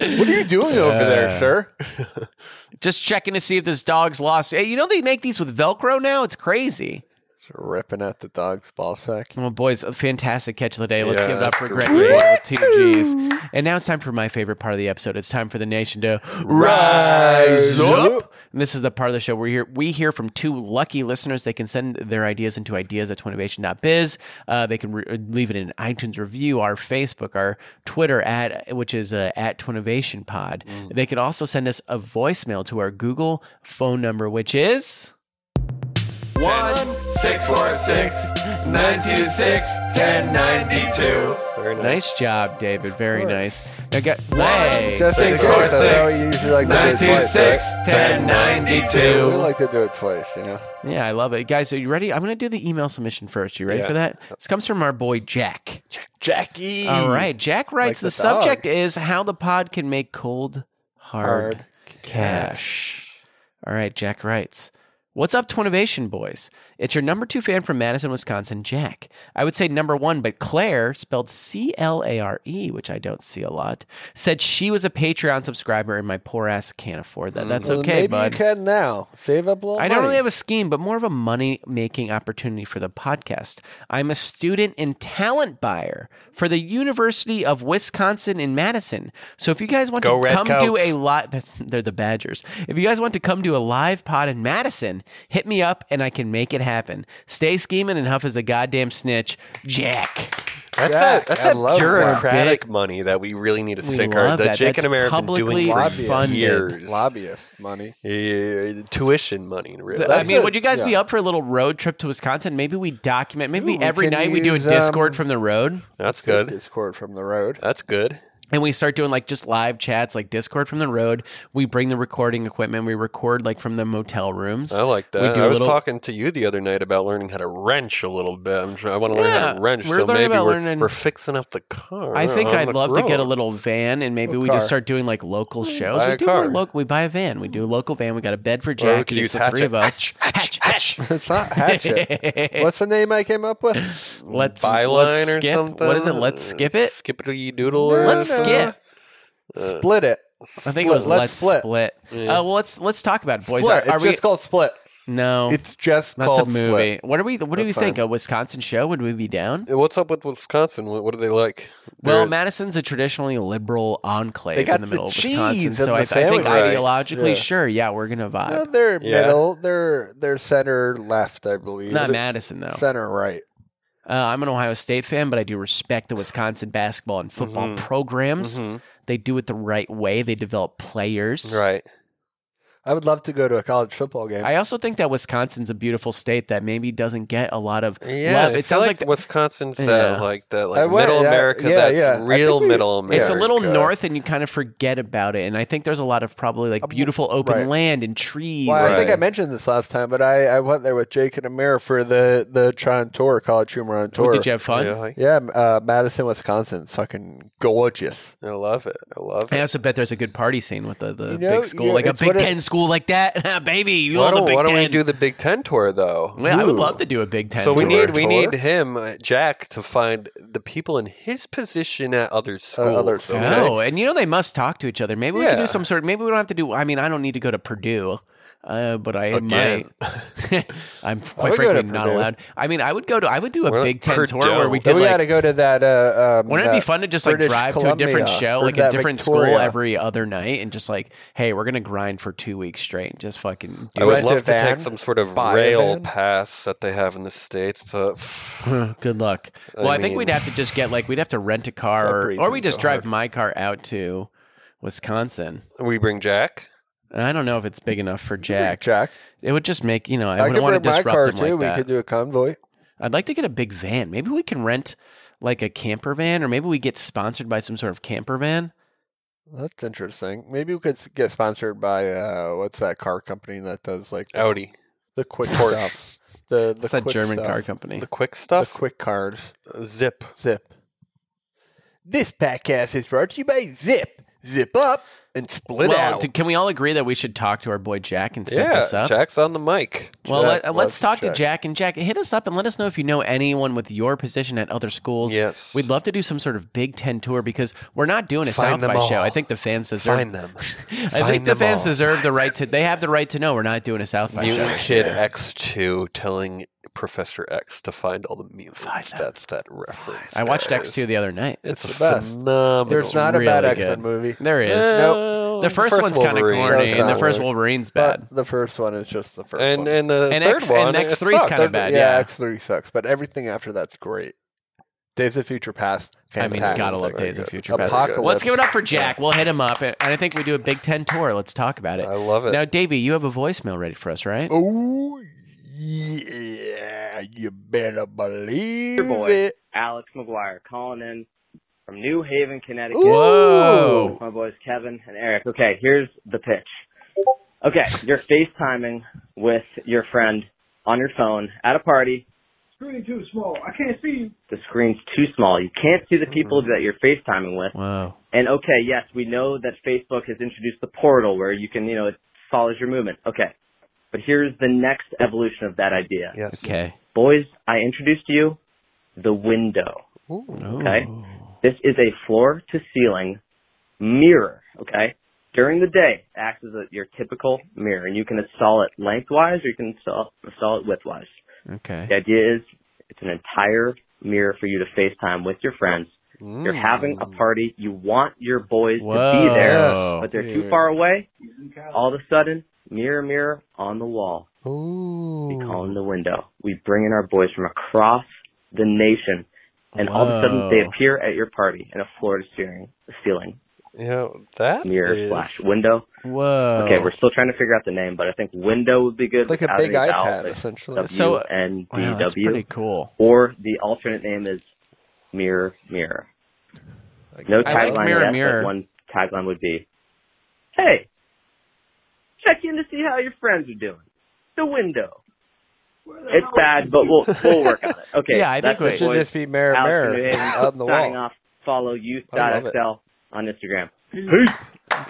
are you doing over there, Uh, sir? Just checking to see if this dog's lost. Hey, you know they make these with Velcro now. It's crazy. Ripping at the dog's ball sack. Well, boys, a fantastic catch of the day. Let's Yeah, give it up that's for great. Greg Wade with two G's. And now it's time for my favorite part of the episode. It's time for the nation to rise up. And this is the part of the show where we hear, we hear from two lucky listeners. They can send their ideas into ideas at twinnovation.biz. Uh, they can re- leave it in an iTunes review, our Facebook, our Twitter, at which is uh, at Twinnovation Pod. Mm. They can also send us a voicemail to our Google phone number, which is. One six four six nine two six ten ninety two. Very Nice job, David. Very nice. Now get Just in Six, case, four, I know six, you usually like to Nine do it two twice. six right? ten ninety We two. like to do it twice, you know. Yeah, I love it. Guys, are you ready? I'm going to do the email submission first. You ready for that? This comes from our boy Jack. Jackie. All right. Jack writes the the, dog. subject is how the pod can make cold, hard, Hard cash. All right. Jack writes. What's up, Twinnovation boys? It's your number two fan from Madison, Wisconsin, Jack. I would say number one, but Claire, spelled C L A R E, which I don't see a lot, said she was a Patreon subscriber and my poor ass can't afford that. That's Mm, Well, okay, maybe bud. you can now save up a little. I don't really money. have a scheme, but more of a money making opportunity for the podcast. I'm a student and talent buyer for the University of Wisconsin in Madison. So if you guys want Go to Red come do Coats. a live, that's they're the Badgers. If you guys want to come do a live pod in Madison, hit me up and I can make it happen. Stay scheming and huff as a goddamn snitch, Jack. That's Jack, that, that's I that love that. bureaucratic Big- money that we really need to We stick our love that, that. Jake That's and America have been doing publicly for funded. years. lobbyist money. Yeah, tuition money, really. I That's mean, it. would you guys be Yeah. up for a little road trip to Wisconsin? Maybe we document. Maybe Ooh, we every can night we do a use, Discord um, from the road. that's good. Discord from the road. That's good. and we start doing like just live chats like discord from the road we bring the recording equipment we record like from the motel rooms I like We that. do I a was little- talking to you the other night about learning how to wrench a little bit. I'm sure I want to learn how Yeah, to wrench, we're so learning maybe about we're, learning- we're fixing up the car. I think on I'd the love to get a road. little van, and maybe Little we just car. start doing like local shows. Buy we a do more car. local. We buy a van. We do a local van. We got a bed for Or we Jackie. could use It's the three hatchet. of us. Hatch, hatch. It's not hatchet. What's the name I came up with? Let's, byline let's or skip. something. What is it? Let's skip it. Skippity doodle. Let's no. skip. Split it. I think it was Let's let's split. Uh, split. well, let's let's talk about it, boys. Split. Are, are it's we? just called split. no, It's just that's a called movie. split. What are we? What do we That's think? fine. A Wisconsin show? Would we be down? What's up with Wisconsin? What, what are they like? Well, They're- Madison's a traditionally liberal enclave They got in the middle the of Wisconsin, cheese and so I, the I think sandwich, right? ideologically, Yeah. sure, yeah, we're gonna vibe. No, they're Yeah. middle. They're they're center left, I believe. Not They're Madison though. Uh, Center right. I'm an Ohio State fan, but I do respect the Wisconsin basketball and football Mm-hmm. programs. Mhm. They do it the right way. They develop players. right. I would love to go to a college football game. I also think that Wisconsin's a beautiful state that maybe doesn't get a lot of Yeah, love. It sounds like, the- Wisconsin's Yeah. that like that like I went- middle I- America. yeah, that's yeah. I real think we- middle America. it's a little north, and you kind of forget about it. And I think there's a lot of probably like beautiful open Um, right. land and trees. Well, I think I Right. mentioned this last time, but I, I went there with Jake and Amir for the the Tron tour, college humor on Oh, tour. did you have fun? Really? yeah, uh, Madison, Wisconsin. It's fucking gorgeous. I love it. I love I it. also bet there's a good party scene with the, the You know, big school, you- like a it's what Big it- Ten school like that, baby. You Why love the don't, Big why don't Ten. we do the Big Ten tour though? well, I would Ooh. love to do a Big Ten. So we tour. need we tour. need him, uh, Jack, to find the people in his position at other schools. other schools. okay? Oh, and you know they must talk to each other. Maybe we can Yeah. do some sort. Maybe we don't have to do. I mean, I don't need to go to Purdue. Uh, but I Again. might. I'm quite would go to frankly not Purdue. allowed. I mean, I would go to. I would do a We're Big Ten Purdue. tour where we Then did we like. got to go to that. Uh, um, Wouldn't it be that fun to just like British drive to a Columbia different show, or like a that different school Victoria. every other night, and just like, hey, we're gonna grind for two weeks straight, and just fucking I do would Rent a love to take van, some sort of buy a rail van. pass that they have in the states, but pff, it. Good luck. I Well, I, think mean- we'd have to just get like we'd have to rent a Stop car, or, breathing we just so drive hard. my car out to Wisconsin. we bring Jack. And I don't know if it's big enough for Jack. Jack. It would just make you know I, I, wouldn't could bring want to my disrupt car him too. like we that. could do a convoy. I'd like to get a big van. Maybe we can rent like a camper van, or maybe we get sponsored by some sort of camper van. That's interesting. Maybe we could s- get sponsored by uh, what's that car company that does like the, Audi. the quick stuff. The the Oh, It's that quick German stuff. car company. The quick The stuff? quick cars. Zip. Zip. This podcast is brought to you by Zip. Zip up and split well, out. d- can we all agree that we should talk to our boy Jack and set Yeah, this up? Jack's on the mic. Well, Jack let, loves let's talk Jack. to Jack and Jack. Hit us up and let us know if you know anyone with your position at other schools. Yes. we'd love to do some sort of Big Ten tour because we're not doing a Find South them by show. all. I think the fans deserve. Find them. I think the fans deserve the right to. They have the right to know we're not doing a South by show. Mutant Kid X2 telling Professor X to find all the mutants. That's that reference. I watched guys. X two the other night. It's, It's the a best. phenomenal. There's not a really bad good. X Men movie. There is. Nope. The first, one's kind of Wolverine. No, corny, it's and the not first really. Wolverine's bad. But the first one is just the first and one. and the And third X- and one, X it 3's sucked. kinda Doesn't- bad, yeah, yeah. X three sucks, but everything after that's great. Days of Future Past, I mean, fantastic. gotta love Very Days of good. Future Past. Apocalypse. Let's give it up for Jack. We'll hit him up, and I think we do a Big Ten tour. Let's talk about it. I love it. Now, Davey, you have a voicemail ready for us, right? Oh yeah, you better believe boy. it. Alex McGuire calling in from New Haven, Connecticut. Whoa. My boys Kevin and Eric. Okay, here's the pitch. Okay, you're FaceTiming with your friend on your phone at a party. Screen too small. I can't see you. The screen's too small. You can't see the people that you're FaceTiming with. Wow. And okay, yes, we know that Facebook has introduced the portal where you can, you know, it follows your movement. Okay. But here's the next evolution of that idea. Yes. Okay. Boys, I introduced to you the window. Okay. Ooh. This is a floor to ceiling mirror, okay? During the day, it acts as a, your typical mirror, and you can install it lengthwise or you can install, install it widthwise. Okay. The idea is it's an entire mirror for you to FaceTime with your friends. Mm-hmm. You're having a party. You want your boys to be Whoa. there, Yes, but they're dude. too far away. All of a sudden, mirror, mirror on the wall. We call in the window. We bring in our boys from across the nation, and all of a sudden they Whoa. appear at your party in a floor to ceiling, ceiling Yeah, that mirror is- slash window. Whoa. Okay, we're still trying to figure out the name, but I think window would be good. Like a without big any vowels, iPad, like essentially. W So, uh, N D Wow, that's W. pretty cool. or the alternate name is mirror mirror. No I like tagline Mirror yet, Mirror. but one tagline would be, "Hey, check in to see how your friends are doing." The window. It's bad, but we'll we'll work on it. Okay. Yeah, I think that's we it, It should boys. just be Mirror Alex from New Mirror Haven, out in the signing wall. off. Follow I love it. youth.xl on Instagram.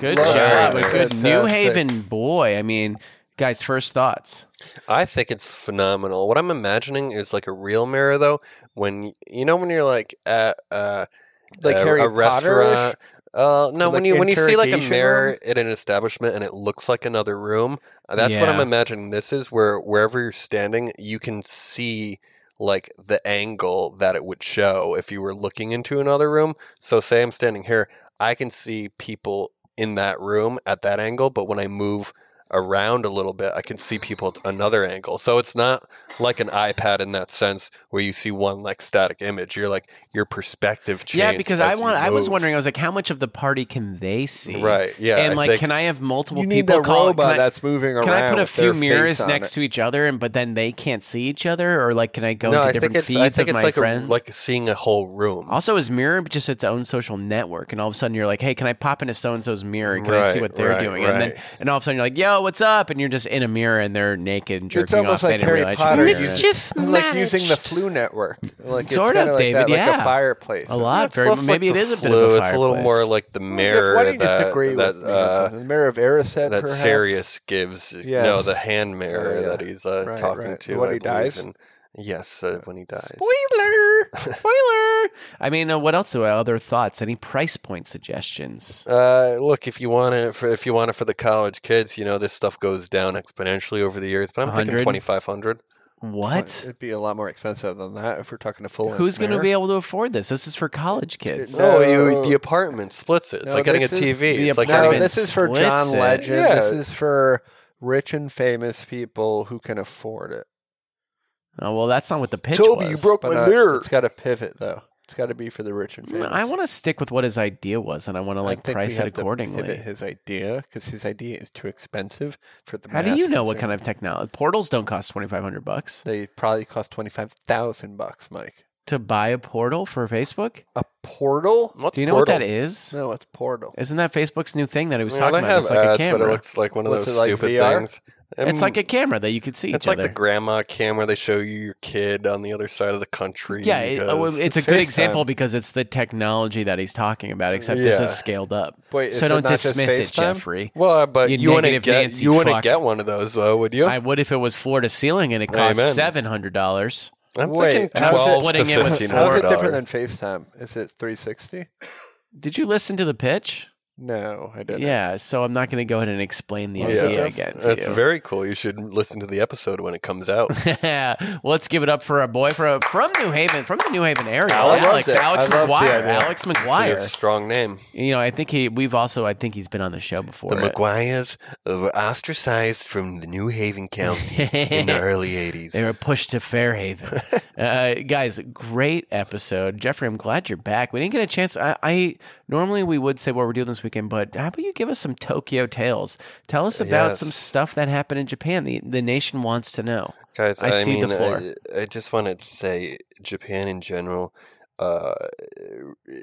Good Love job. it. A good Fantastic. New Haven boy. I mean, guys, first thoughts. I think it's phenomenal. What I'm imagining is like a real mirror, though. When you know when you're like at uh, Like a, Harry a restaurant. Uh, no, when Like you when you see like a interrogation mirror room? at an establishment and it looks like another room, uh, that's what Yeah. I'm imagining. This is where wherever you're standing, you can see like the angle that it would show if you were looking into another room. So say I'm standing here, I can see people in that room at that angle, but when I move around a little bit, I can see people at another angle. So it's not like an iPad in that sense where you see one like static image. You're like your perspective changes. yeah, because I as you want. I was move. wondering. I was like, how much of the party can they see? Right, yeah, And I like, think- can I have multiple You need people that call? can robot I, that's moving around. can I put a with few their face mirrors on next it. to each other, and but then they can't see each other, or like, can I go no, to I different think it's feeds I think of my it's like friends? a, like seeing a whole room. also, is Mirror just its own social network? And all of a sudden, you're like, hey, can I pop into so and so's mirror? and Can I see Right, what they're right, doing? And right. then, and all of a sudden, you're like, yo, what's up? And you're just in a mirror, and they're naked and jerking It's almost off. They like didn't Harry realize you Potter. were you doing it. just- like using the flu network. Like it's Sort kinda of, like David, That, Like yeah. a fireplace. A lot. It's Very, less maybe like it the is a bit flu, of a It's a little fireplace. more like the Jeff, mirror why do you that disagree that, with me? on uh, something? the mirror of Erised, that perhaps? Sirius gives. No, Yes. the hand mirror Oh, yeah. that he's uh, Right, talking right. to When I he believe, dies? and- yes, uh, when he dies. Spoiler. Spoiler. I mean, uh, what else? Uh, Other thoughts? Any price point suggestions? Uh, look, if you want it for if you want it for the college kids, you know this stuff goes down exponentially over the years. But I'm thinking 100? twenty five hundred. What? It'd be a lot more expensive than that if we're talking a full. Who's going to be able to afford this? This is for college kids. No, No, Oh, you No. the apartment splits it. It's No, like getting a this is TV. the It's like No, having a apartment. this is for splits John it. Legend. Yeah. This is for rich and famous people who can afford it. Oh, well, that's not what the pitch was. But, uh, It's got to pivot though. It's got to be for the rich and famous. Mm, I want to stick with what his idea was, and I want to like think we price it have to pivot accordingly. his idea because his idea is too expensive for the. How do you know what kind of technology? Portals don't cost twenty five hundred bucks They probably cost twenty five thousand bucks, Mike. to buy a portal for Facebook. A portal? What's Do you know Portal? what that is? No, it's portal. Isn't that Facebook's new thing that he was Well, talking I about? have it's like ads, a camera. but it looks like one of What's those it like, stupid VR? things. it's like Um, a camera that you could see It's each like other. the grandma camera they show you your kid on the other side of the country. yeah, it- because- oh, it's a good FaceTime. example because it's the technology that he's talking about. Except this Yeah. is scaled up. Wait, is so it don't not just dismiss it, FaceTime? Jeffrey. well, uh, but you you, wouldn't negative get Nancy you wouldn't fuck. get one of those though, would you? I would if it was floor to ceiling and it cost Amen. seven hundred dollars. am Wait, thinking how's it- twelve to splitting it with fifteen How is hundred it different than dollars. FaceTime? Is it three sixty? Did you listen to the pitch? No, I didn't. Yeah, so I'm not going to go ahead and explain the Yeah. idea Yeah. again to That's you. very cool. You should listen to the episode when it comes out. well, let's give it up for our boy from from New Haven, from the New Haven area, I loved Alex, it. Alex I loved the McGuire, idea. Alex It's a McGuire. strong name. You know, I think he. We've also, I think he's been on the show before. Uh, The McGuires were ostracized from the New Haven County in the early 80s. They were pushed to Fairhaven. uh, guys, great episode. Jeffrey, I'm glad you're back. We didn't get a chance. I, I Normally we would say what we're doing this weekend, but how about you give us some Tokyo tales? Tell us about Yes. some stuff that happened in Japan. The, the nation wants to know. Guys, I I, see the mean, floor. I, I just wanted to say Japan in general, uh, eh,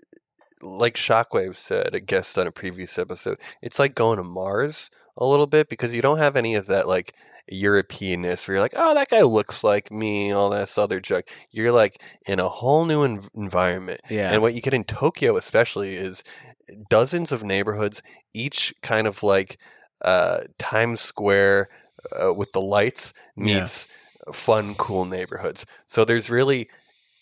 like Shockwave said, a guest on a previous episode, it's like going to Mars a little bit because you don't have any of that like Europeanness where you're like, oh, that guy looks like me, all this other junk. You're like in a whole new en- environment. Yeah. And what you get in Tokyo, especially, is dozens of neighborhoods, each kind of like uh, Times Square uh, with the lights Yeah. meets fun, cool neighborhoods. So there's really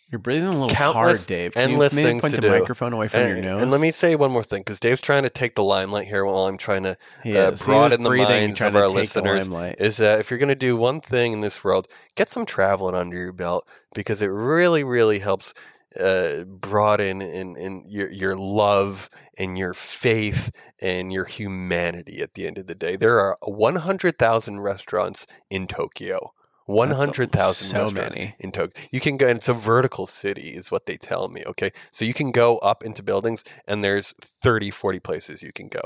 You're breathing a little Countless hard, Dave. Can you endless maybe things point to the do. microphone away from and, your nose. and let me say one more thing because Dave's trying to take the limelight here while I'm trying to He uh, is. He was broaden the breathing, minds trying of to our take the listeners. limelight. Is that if you're going to do one thing in this world, get some traveling under your belt because it really, really helps uh, broaden in, in your your love and your faith and your humanity. At the end of the day, there are 100,000 restaurants in Tokyo. One hundred thousand so restaurants many. in Tokyo. You can go. And it's a vertical city, is what they tell me. Okay, so you can go up into buildings, and there's 30, 40 places you can go.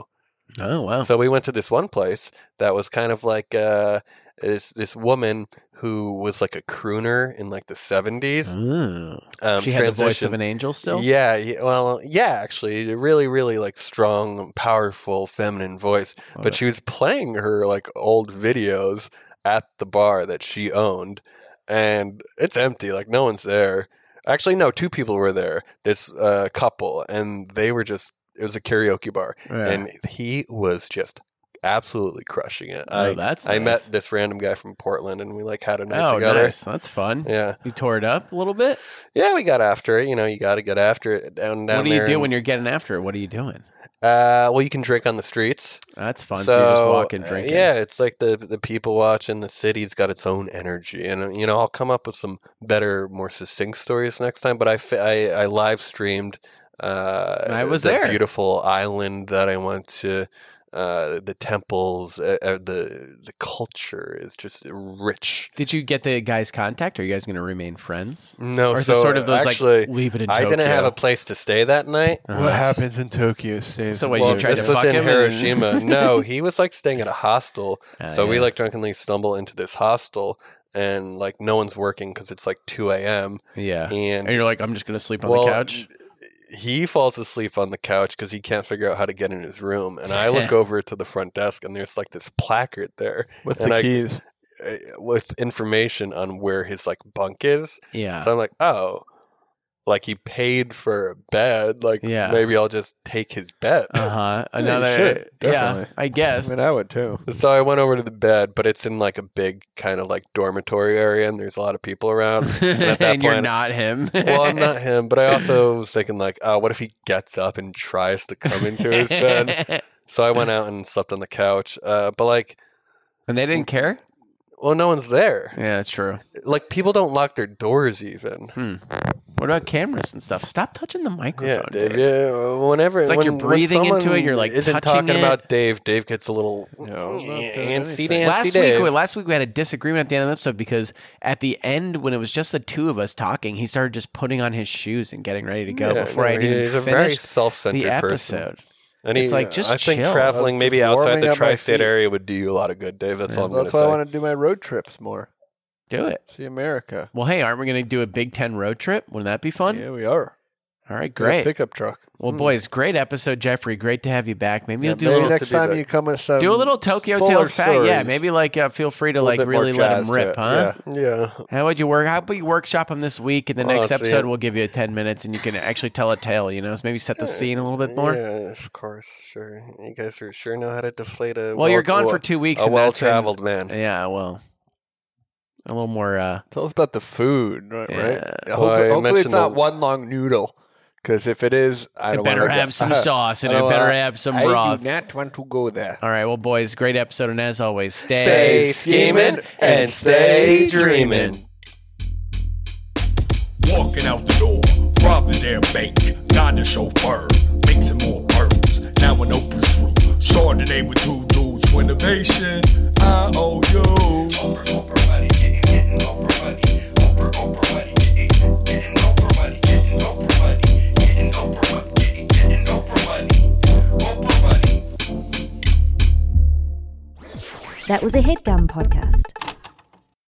oh wow! So we went to this one place that was kind of like uh, this this woman who was like a crooner in like the seventies. Ooh. Um, Mm. she had the voice of transitioned- an angel still. Yeah, yeah, well, yeah, actually, a really, really like strong, powerful, feminine voice. Oh, But she was playing her like old videos at the bar that she owned, and it's empty. Like no one's there. Actually, no, two people were there. This uh, couple, and they were just. It was a karaoke bar, Yeah. and he was just absolutely crushing it. Oh, I, that's I nice. met this random guy from Portland, and we like had a night Oh, together. nice. That's fun. Yeah, You tore it up a little bit. yeah, we got after it. You know, you got to get after it down down what do you there do in- when you're getting after it? What are you doing? Uh, well, you can drink on the streets. That's fun. So, So, you're just walking, uh, drinking. yeah, it's like the the people watching the city's got its own energy, and uh, you know I'll come up with some better, more succinct stories next time. But I fi- I, I live streamed. Uh, I was the there. Beautiful island that I went to. Uh, the temples, uh, uh, the the culture is just rich. Did you get the guy's contact? Are you guys going to remain friends? No, or is so it sort of those actually, like leave it in I Tokyo? didn't have a place to stay that night. What happens in Tokyo stays. So in what, Tokyo. you tried this to was fuck in him and- Hiroshima. no, he was like staying at a hostel. Ah, so we yeah. like drunkenly stumble into this hostel, and like no one's working because it's like two a.m. yeah. And And you're like, I'm just going to sleep on well, the couch. he falls asleep on the couch because he can't figure out how to get in his room. And I look over to the front desk, and there's like this placard there with and the I- keys? uh, with information on where his like bunk is. Yeah. So I'm like, oh, like he paid for a bed. Like Yeah. maybe I'll just take his bed. Uh huh. you Another. should, yeah, definitely. I guess. I mean, I would too. So I went over to the bed, but it's in like a big kind of like dormitory area, and there's a lot of people around. and at that you're point- not him. well, I'm not him, but I also was thinking like, oh, what if he gets up and tries to come into his bed? So I went out and slept on the couch. Uh, but like, and they didn't care. well, no one's there. Yeah, that's true. Like people don't lock their doors even. Hmm, What about cameras and stuff? Stop touching the microphone. Yeah, Dave. dude. Yeah, whenever It's like when, you're breathing when into it, someone you're, like, isn't touching talking it. about Dave. Dave gets a little No, I'm not doing antsy, anything. dancy. Last Dave. week, wait, last week we had a disagreement at the end of the episode because at the end, when it was just the two of us talking, he started just putting on his shoes and getting ready to go Yeah, before I no, had even he's a very finished self-centered the person. episode. And It's like, just I think chill. traveling That's maybe Uh, just outside warming the up my tri-state feet. area would do you a lot of good, Dave. That's all I'm going to That's say. why I want to do my road trips more. Do it. See America. Well, hey, aren't we going to do a Big Ten road trip? Wouldn't that be fun? Yeah, we are. All right, Get a great. pickup truck. Hmm. Well, boys, great episode, Jeffrey. Great to have you back. Maybe Yeah, you'll do maybe a little, next to do time that. you come with some do a little Tokyo fuller Tales fat. Yeah, stories. maybe like uh, feel free to A little like bit more really let jazz him to rip, it. huh? Yeah. yeah. How would you work? How about you workshop him this week? And the Well, next Oh, see, episode, yeah. we'll give you a ten minutes, and you can actually tell a tale. You know, so maybe set the scene a little bit more. Yeah, of course, sure. You guys are sure know how to deflate a. Well, you're gone for two weeks A and that's in- well-traveled man. Yeah, well, a little more. uh Tell us about the food, right? Yeah. right? Well, Hopefully, I hopefully mentioned it's not the- one long noodle. Because if it is, I It don't better wanna have go- some sauce and I it don't better wanna- have some broth. I do not want to go there. All right, well, boys, great episode, and as always, Stay scheming and stay dreaming. Walking out the door, robbing their bank, got a chauffeur, mixing more pearls. Now an open screw, Chardonnay with two dudes for innovation. I owe you. That was a headgum podcast.